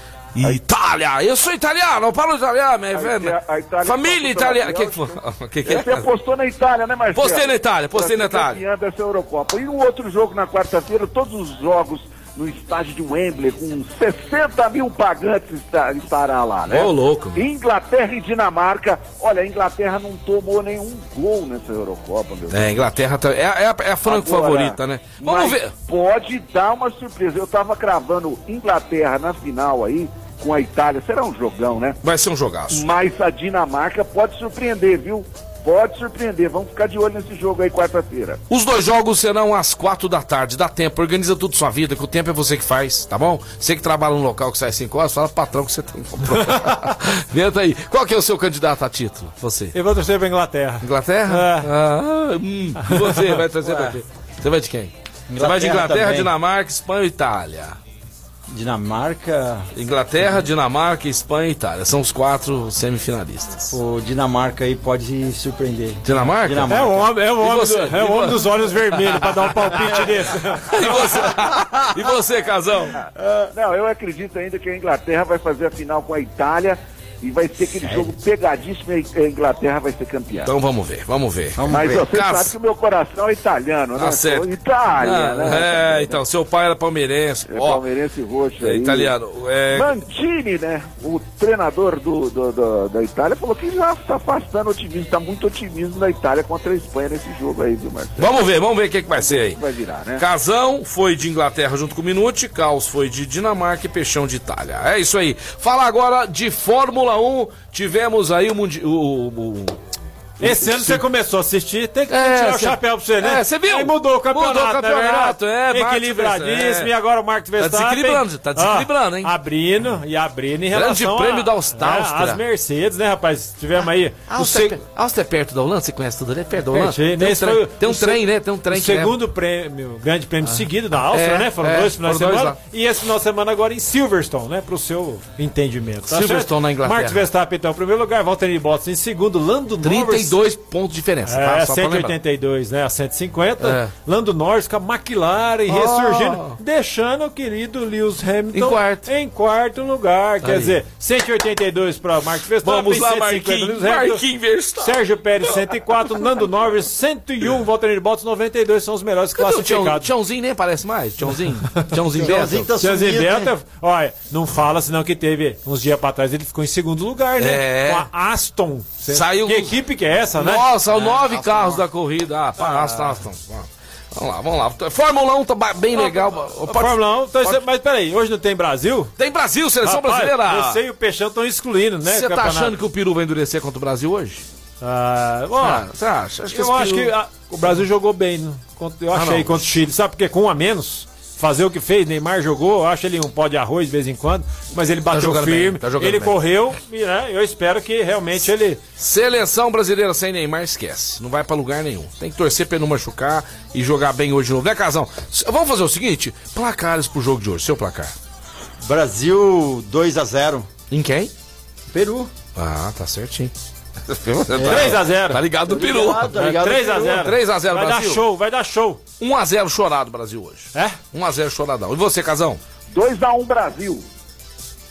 S2: Itália! Eu sou italiano, eu falo italiano, é
S6: Ita-
S2: velho.
S6: a Itália
S2: Família
S6: passou pela
S2: italiana. O que que foi? (laughs) O que que é?
S6: Você apostou na Itália, né, Marcelo?
S2: Postei na Itália, postei na
S6: Pra ser
S2: Itália.
S6: campeã dessa Eurocopa. E o outro jogo na quarta-feira, todos os jogos no estádio de Wembley, com 60 mil pagantes está- estará lá, né?
S2: Ô, louco.
S6: Inglaterra e Dinamarca. Olha, a Inglaterra não tomou nenhum gol nessa Eurocopa, meu.
S2: É, Inglaterra tá- é, a- é a, é a franco
S6: Agora,
S2: favorita, né? Vamos
S6: mas
S2: ver.
S6: Pode dar uma surpresa. Eu tava cravando Inglaterra na final aí com a Itália. Será um jogão, né?
S2: Vai ser um jogaço.
S6: Mas a Dinamarca pode surpreender, viu? Pode surpreender. Vamos ficar de olho nesse jogo aí quarta-feira.
S2: Os dois jogos serão às quatro da tarde. Dá tempo, organiza tudo sua vida, que o tempo é você que faz, tá bom? Você que trabalha no local que sai cinco horas, fala pro patrão que você tem (laughs) um Venta aí. Qual que é o seu candidato a título? Você.
S3: Eu vou torcer pra Inglaterra.
S2: Inglaterra?
S3: É.
S2: Ah,
S1: (laughs)
S2: hum, você vai trazer pra quê? Você vai de quem? você vai
S1: Inglaterra
S2: de Inglaterra,
S1: também.
S2: Dinamarca, Espanha e Itália.
S1: Dinamarca...
S2: Inglaterra, Dinamarca, Espanha e Itália. São os quatro semifinalistas.
S1: O Dinamarca aí pode surpreender.
S2: Dinamarca?
S1: Dinamarca.
S3: É o homem, é o homem,
S2: você?
S3: do- é o
S2: E
S3: homem
S2: você? É.
S3: dos olhos vermelhos pra dar um palpite desse.
S2: (laughs) E você, e você Casão?
S6: Ah, não, eu acredito ainda que a Inglaterra vai fazer a final com a Itália e vai ser aquele jogo pegadíssimo e a Inglaterra vai ser campeã.
S2: Então vamos ver, vamos ver.
S6: Mas ó, você
S2: Cássio.
S6: sabe que o meu coração é italiano, né?
S2: Tá certo.
S6: Itália,
S2: Ah,
S6: né?
S2: É, então, seu pai era palmeirense.
S6: É
S2: ó,
S6: palmeirense roxo
S2: é
S6: aí.
S2: italiano. É,
S6: Mantini, né? O treinador do, do- do- da Itália falou que já está afastando o otimismo, está muito otimismo da Itália contra a Espanha nesse jogo aí, viu, Marcelo?
S2: vamos ver, vamos ver o que, que vai ser aí.
S6: Vai virar, né?
S2: Casão foi de Inglaterra junto com o Minuti, Caos foi de Dinamarca e Peixão de Itália. É isso um. aí. Fala agora de Fórmula 1. Tivemos aí o, mundi- o- o- o
S3: Esse ano você começou a assistir, tem que tem que
S2: É,
S3: tirar o
S2: cê-
S3: chapéu pra você, né?
S2: É, cê viu?
S3: Aí mudou o campeonato,
S2: Mudou o
S3: né,
S2: campeonato,
S3: Bernardo?
S2: é, Max
S3: Equilibradíssimo,
S2: Verstappen, é.
S3: e agora o Mark Verstappen...
S2: desequilibrando, tá desequilibrando,
S3: ó,
S2: hein?
S3: Abrindo e abrindo em relação
S2: prêmio
S3: a-
S2: da Áustria.
S3: é, As Mercedes, né, rapaz? Tivemos aí... Ah, o
S2: Áustria,
S3: seg-
S2: é per- Áustria é perto da Holanda? Você conhece tudo ali? É perto da Holanda?
S3: Perfeito,
S2: Tem
S3: né?
S2: um,
S3: Esse
S2: trem,
S3: foi o-
S2: tem um
S3: o se-
S2: trem, né? Tem um trem
S3: o
S2: que leva-
S3: segundo prêmio, grande prêmio seguido da Áustria,
S2: É,
S3: né? Foram
S2: é,
S3: dois finais de
S2: foram dois
S3: semana.
S2: lá.
S3: E esse final de semana agora em Silverstone, né? Pro seu entendimento. tá certo?
S2: Silverstone, na Inglaterra.
S3: Max Verstappen então em primeiro lugar, Valtteri Bottas em segundo, Lando Norris.
S2: 32 pontos de diferença,
S3: É,
S2: tá? Só pra lembrar.
S3: 182, né? A 150.
S2: É.
S3: Lando Norris com a McLaren ressurgindo, deixando o querido Lewis Hamilton
S2: Em quarto.
S3: em quarto lugar. Quer
S2: Aí.
S3: dizer, 182 para Max Verstappen.
S2: Vamos lá,
S3: 150
S2: Marquinhos.
S3: Lewis Hamilton.
S2: Marquinhos Verstappen.
S3: Sérgio Pérez, 104. Nando Norris, 101. Valtteri Bottas, 92. São os melhores
S2: É. Cadê o Tião-
S3: classificados.
S2: Tiãozinho nem aparece mais?
S3: (laughs)
S2: Tchãozinho?
S1: Tchãozinho
S2: Tchãozinho Bento?
S1: tá
S3: Seu Zé
S1: sumido, né?
S3: Beta, olha, não fala senão que teve uns dias pra trás ele ficou em segundo lugar, né?
S2: É.
S3: Com a Aston. Cê-
S2: Saiu- um-
S3: Que equipe que é essa, né?
S2: Nossa, os nove carros da corrida. Ah, para, Aston, Aston. Vamos lá, vamos lá. Fórmula 1 tá ba- bem legal. Pode-
S3: Fórmula 1, então, cê- mas peraí, hoje não tem Brasil?
S2: Tem Brasil, seleção
S3: Rapaz,
S2: brasileira.
S3: Você e o Peixão estão excluindo, né?
S2: Você tá
S3: campeonato?
S2: achando que o Peru vai endurecer contra o Brasil hoje?
S3: Ah, ó,
S2: Ah, você acha? Acho que
S3: eu
S2: esse
S3: acho
S2: Peru- Ah,
S3: que ah, o Brasil jogou bem, né? Contra- eu achei,
S2: não.
S3: contra o Chile. Sabe por quê? Com um a menos, fazer o que fez, Neymar jogou, eu acho ele um pó de arroz de vez em quando, mas ele bateu
S2: jogando
S3: firme,
S2: bem, tá jogando
S3: ele
S2: bem.
S3: correu, e né, eu espero que realmente ele...
S2: Seleção brasileira sem Neymar, esquece. Não vai pra lugar nenhum. Tem que torcer pra ele não machucar e jogar bem hoje de novo. Né, Casão? S- Vamos fazer o seguinte: placares pro jogo de hoje. Seu placar.
S1: Brasil 2x0.
S2: Em quem?
S1: Peru.
S2: Ah, tá certinho.
S3: 3x0.
S2: Tá ligado do Peru.
S1: Tá ligado?
S3: É, 3x0.
S2: 3x0
S3: Vai dar
S2: Brasil.
S3: show, vai dar show.
S2: 1x0 chorado Brasil hoje.
S3: É?
S2: 1x0 choradão. E você, Casão?
S6: 2x1 Brasil.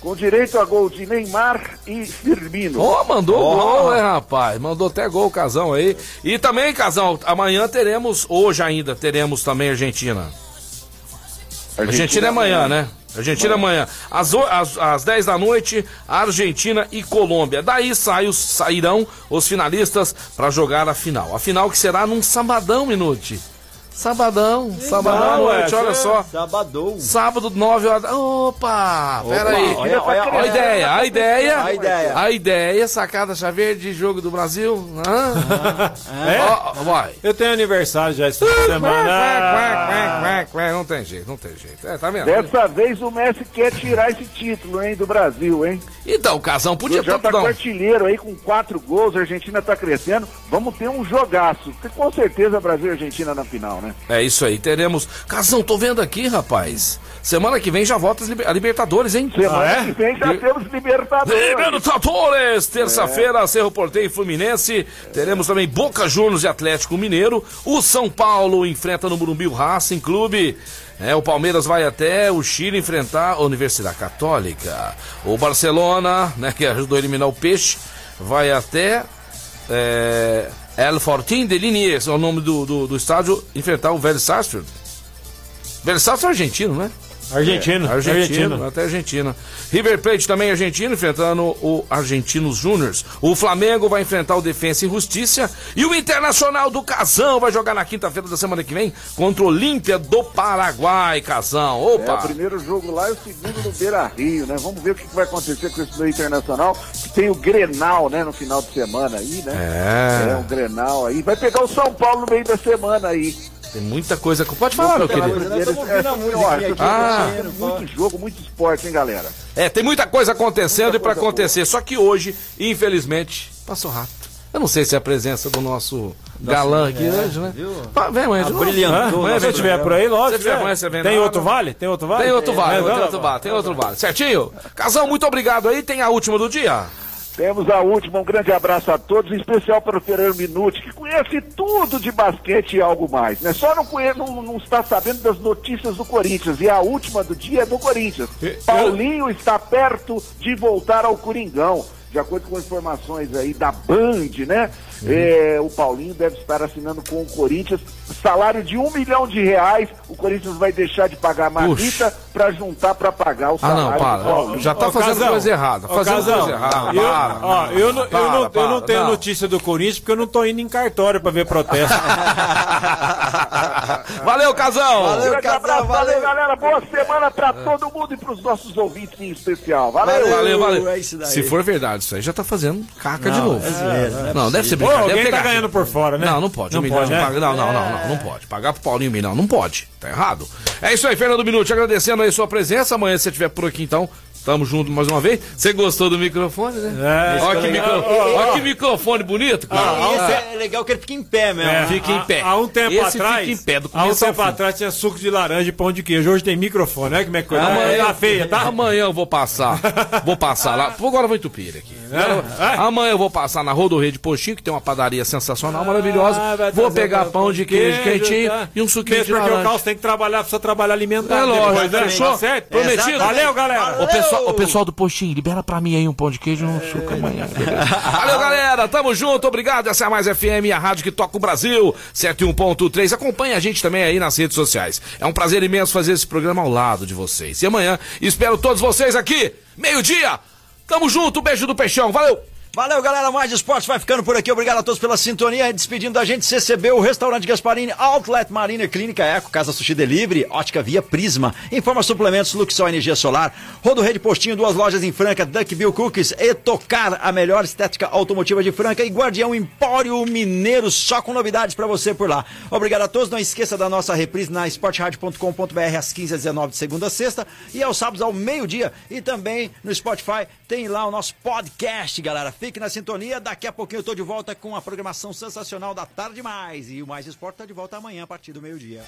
S6: Com direito a gol de Neymar e Firmino.
S2: Ô, mandou gol, hein, rapaz? Mandou até gol o Casão aí. E também, Casão, amanhã teremos, hoje ainda, teremos também Argentina. Argentina, é amanhã, né? Argentina amanhã. Às, o- às, às 10 da noite, Argentina e Colômbia. Daí sai os- sairão os finalistas para jogar a final. A final que será num sabadão, Minuti. Sabadão, sabadão à
S3: ué,
S2: noite, olha
S3: é.
S2: só.
S1: Sabadão.
S2: Sábado, 9 horas. da- Opa! Pera aí.
S1: olha, olha,
S2: Olha a ideia, a ideia.
S1: A ideia.
S2: A ideia, sacada chaveira de jogo do Brasil. Hã?
S1: Ah.
S3: É?
S2: Ó, ó, vai.
S3: Eu tenho aniversário já esse fim de semana.
S2: Quá, quá, quá, quá. Não tem jeito, não tem jeito. É, tá vendo?
S6: Dessa vez o Messi quer tirar esse título, hein, do Brasil, hein?
S2: Então, Casão, podia
S6: Já tá
S2: tanto não.
S6: com artilheiro aí com quatro gols, a Argentina tá crescendo. Vamos ter um jogaço. porque Com certeza Brasil e Argentina na final, né?
S2: É isso aí, teremos. Casão, tô vendo aqui, rapaz. Semana que vem já volta as liber- a Libertadores, hein?
S6: Semana
S3: é?
S6: que vem já temos Libertadores.
S2: Libertadores! Terça-feira, Cerro Porteiro e Fluminense. Teremos também Boca Juniors e Atlético Mineiro. O São Paulo enfrenta no Morumbi o Racing Clube. É, o Palmeiras vai até o Chile enfrentar a Universidade Católica. O Barcelona, né, que ajudou a eliminar o Peixe, vai até é, El Fortín de Liniers, é o nome do, do, do estádio, enfrentar o Velho Sarsfield. Velho Sarsfield é argentino, né?
S3: Argentina.
S2: Argentina,
S3: Argentina.
S2: até Argentina. River Plate também argentino, enfrentando o Argentinos Júniors. O Flamengo vai enfrentar o Defensa e Justiça. E o Internacional do Casão vai jogar na quinta-feira da semana que vem contra o Olímpia do Paraguai, Casão.
S6: É, o
S2: Opa!
S6: primeiro jogo lá e o segundo no Beira Rio, né? Vamos ver o que que vai acontecer com esse meio internacional, que tem o Grenal, né, no final de semana aí, né?
S2: É.
S6: É, um Grenal aí. Vai pegar o São Paulo no meio da semana aí.
S2: Tem muita coisa. que- Pode falar, meu querido.
S1: Nós estamos ouvindo
S6: É,
S1: a musiquinha aqui, tá
S2: Ah.
S1: mexendo,
S6: Muito jogo, muito esporte, hein, galera?
S2: É, tem muita coisa acontecendo e pra acontecer. Só que hoje, infelizmente, passou rápido. Eu não sei se é a presença do nosso galã aqui hoje, né? Ah, vem, Wendy, vamos.
S3: Hã?
S1: Brilhantou.
S3: Amanhã, se eu tiver por aí,
S2: Se
S3: lógico.
S2: tiver,
S3: né?
S2: amanhã você vem
S3: Tem
S2: lá,
S3: outro
S2: né?
S3: vale? Tem outro vale?
S2: Tem outro vale,
S3: Mas,
S2: tem
S3: ó,
S2: outro vale, tem outro vale. Certinho? Casão, muito obrigado aí. Tem a última do dia?
S6: Temos a última, um grande abraço a todos, em especial para o Fernando Minuti, que conhece tudo de basquete e algo mais, né? Só não, conhe- não- não está sabendo das notícias do Corinthians, e a última do dia é do Corinthians.
S3: E-
S6: Paulinho está perto de voltar ao Coringão, de acordo com informações aí da Band, né?
S2: Uhum.
S6: É, o Paulinho deve estar assinando com o Corinthians salário de um milhão de reais. O Corinthians vai deixar de pagar a marmita para juntar para pagar o
S2: Ah,
S6: salário
S2: não,
S6: do
S2: para.
S6: Paulinho.
S2: Já tá
S3: Ô,
S2: fazendo
S3: Casão,
S2: coisa errada.
S3: ô,
S2: Fazendo
S3: Casão,
S2: coisa errada.
S3: Eu,
S2: Para,
S3: ó, eu não, eu não,
S2: para,
S3: eu não
S2: para,
S3: tenho
S2: não.
S3: notícia do Corinthians porque eu não tô indo em cartório pra ver
S2: (laughs)
S3: protesto.
S2: (laughs) Valeu, Casão!
S1: Valeu.
S6: grande
S1: Casal, valeu.
S6: abraço, valeu, galera. Boa semana pra todo mundo e pros nossos ouvintes em especial. Valeu.
S2: Valeu, valeu.
S1: É isso daí.
S2: Se for verdade, isso aí já tá fazendo caca de
S1: Não,
S2: novo.
S1: é zoeira, não é
S2: não, deve ser
S1: possível.
S2: brincadeira.
S3: alguém tá
S2: pegadinha.
S3: ganhando por fora, né?
S2: Não, não pode.
S3: Não
S2: um milhão,
S3: pode, né?
S2: paga- não, não, não, não, não pode. Pagar pro Paulinho um milhão, não pode. Tá errado. É isso aí, Fernando Minuto. Agradecendo aí sua presença. Amanhã, se você estiver por aqui, então, tamo junto mais uma vez. Você gostou do microfone, né?
S3: É,
S2: Olha
S3: isso
S2: que,
S3: é
S2: micro...
S3: legal. Ó,
S2: Olha que microfone bonito, cara.
S1: E esse é legal que ele fica em pé mesmo.
S3: É,
S1: né?
S2: um fica em
S3: há-
S2: pé.
S3: Há um tempo
S2: Esse
S3: atrás.
S2: fica em pé, do
S3: há um
S2: começo ao
S3: tempo
S2: fim.
S3: atrás tinha suco de laranja e pão de queijo. Hoje tem microfone, olha como é que coisa.
S2: Amanhã,
S3: É, tá feia, tá?
S2: Amanhã eu vou passar. Vou passar lá. Pô, Agora eu vou entupir ele aqui. Agora eu-
S3: É.
S2: Amanhã eu vou passar na Rodorreia de Poxinho, que tem uma padaria sensacional, maravilhosa.
S3: Ah, vai
S2: vou
S3: trazer
S2: pegar
S3: um
S2: pão de queijo, quentinho
S3: tá?
S2: e um suquinho de
S3: Mesmo porque o
S2: laranja.
S3: Carlos tem que trabalhar, precisa trabalhar alimentar.
S2: É
S3: depois,
S2: lógico,
S3: né?
S2: fechou?
S3: Tá certo?
S2: Prometido?
S3: Valeu, galera.
S2: Ô, pessoal, ô, pessoal do Postinho, libera pra mim aí um pão de queijo e um suco amanhã. beleza? (laughs) Valeu, galera. Tamo junto. Obrigado. Essa é a Mais FM, a rádio que toca o Brasil. 101.3. Acompanhe a gente também aí nas redes sociais. É um prazer imenso fazer esse programa ao lado de vocês. E amanhã, espero todos vocês aqui, meio-dia. Tamo junto. Beijo do Peixão. Valeu.
S1: Valeu, galera. Mais esportes vai ficando por aqui. Obrigado a todos pela sintonia. Despedindo da gente, CCB, o Restaurante Gasparini, Outlet Marina, Clínica Eco, Casa Sushi Delivery, Ótica Via Prisma, Informa Suplementos, Luxol Energia Solar, Rodo Rede Postinho, duas lojas em Franca, Duckbill Cookies, Etocar, a melhor estética automotiva de Franca e Guardião Empório Mineiro, só com novidades pra você por lá. Obrigado a todos. Não esqueça da nossa reprise na esportradio.com.br às 15 às 19 de segunda a sexta e aos sábados ao meio-dia. E também no Spotify tem lá o nosso podcast, galera. Fique na sintonia. Daqui a pouquinho eu tô de volta com a programação sensacional da Tarde Mais. E o Mais Esporte tá de volta amanhã a partir do meio-dia.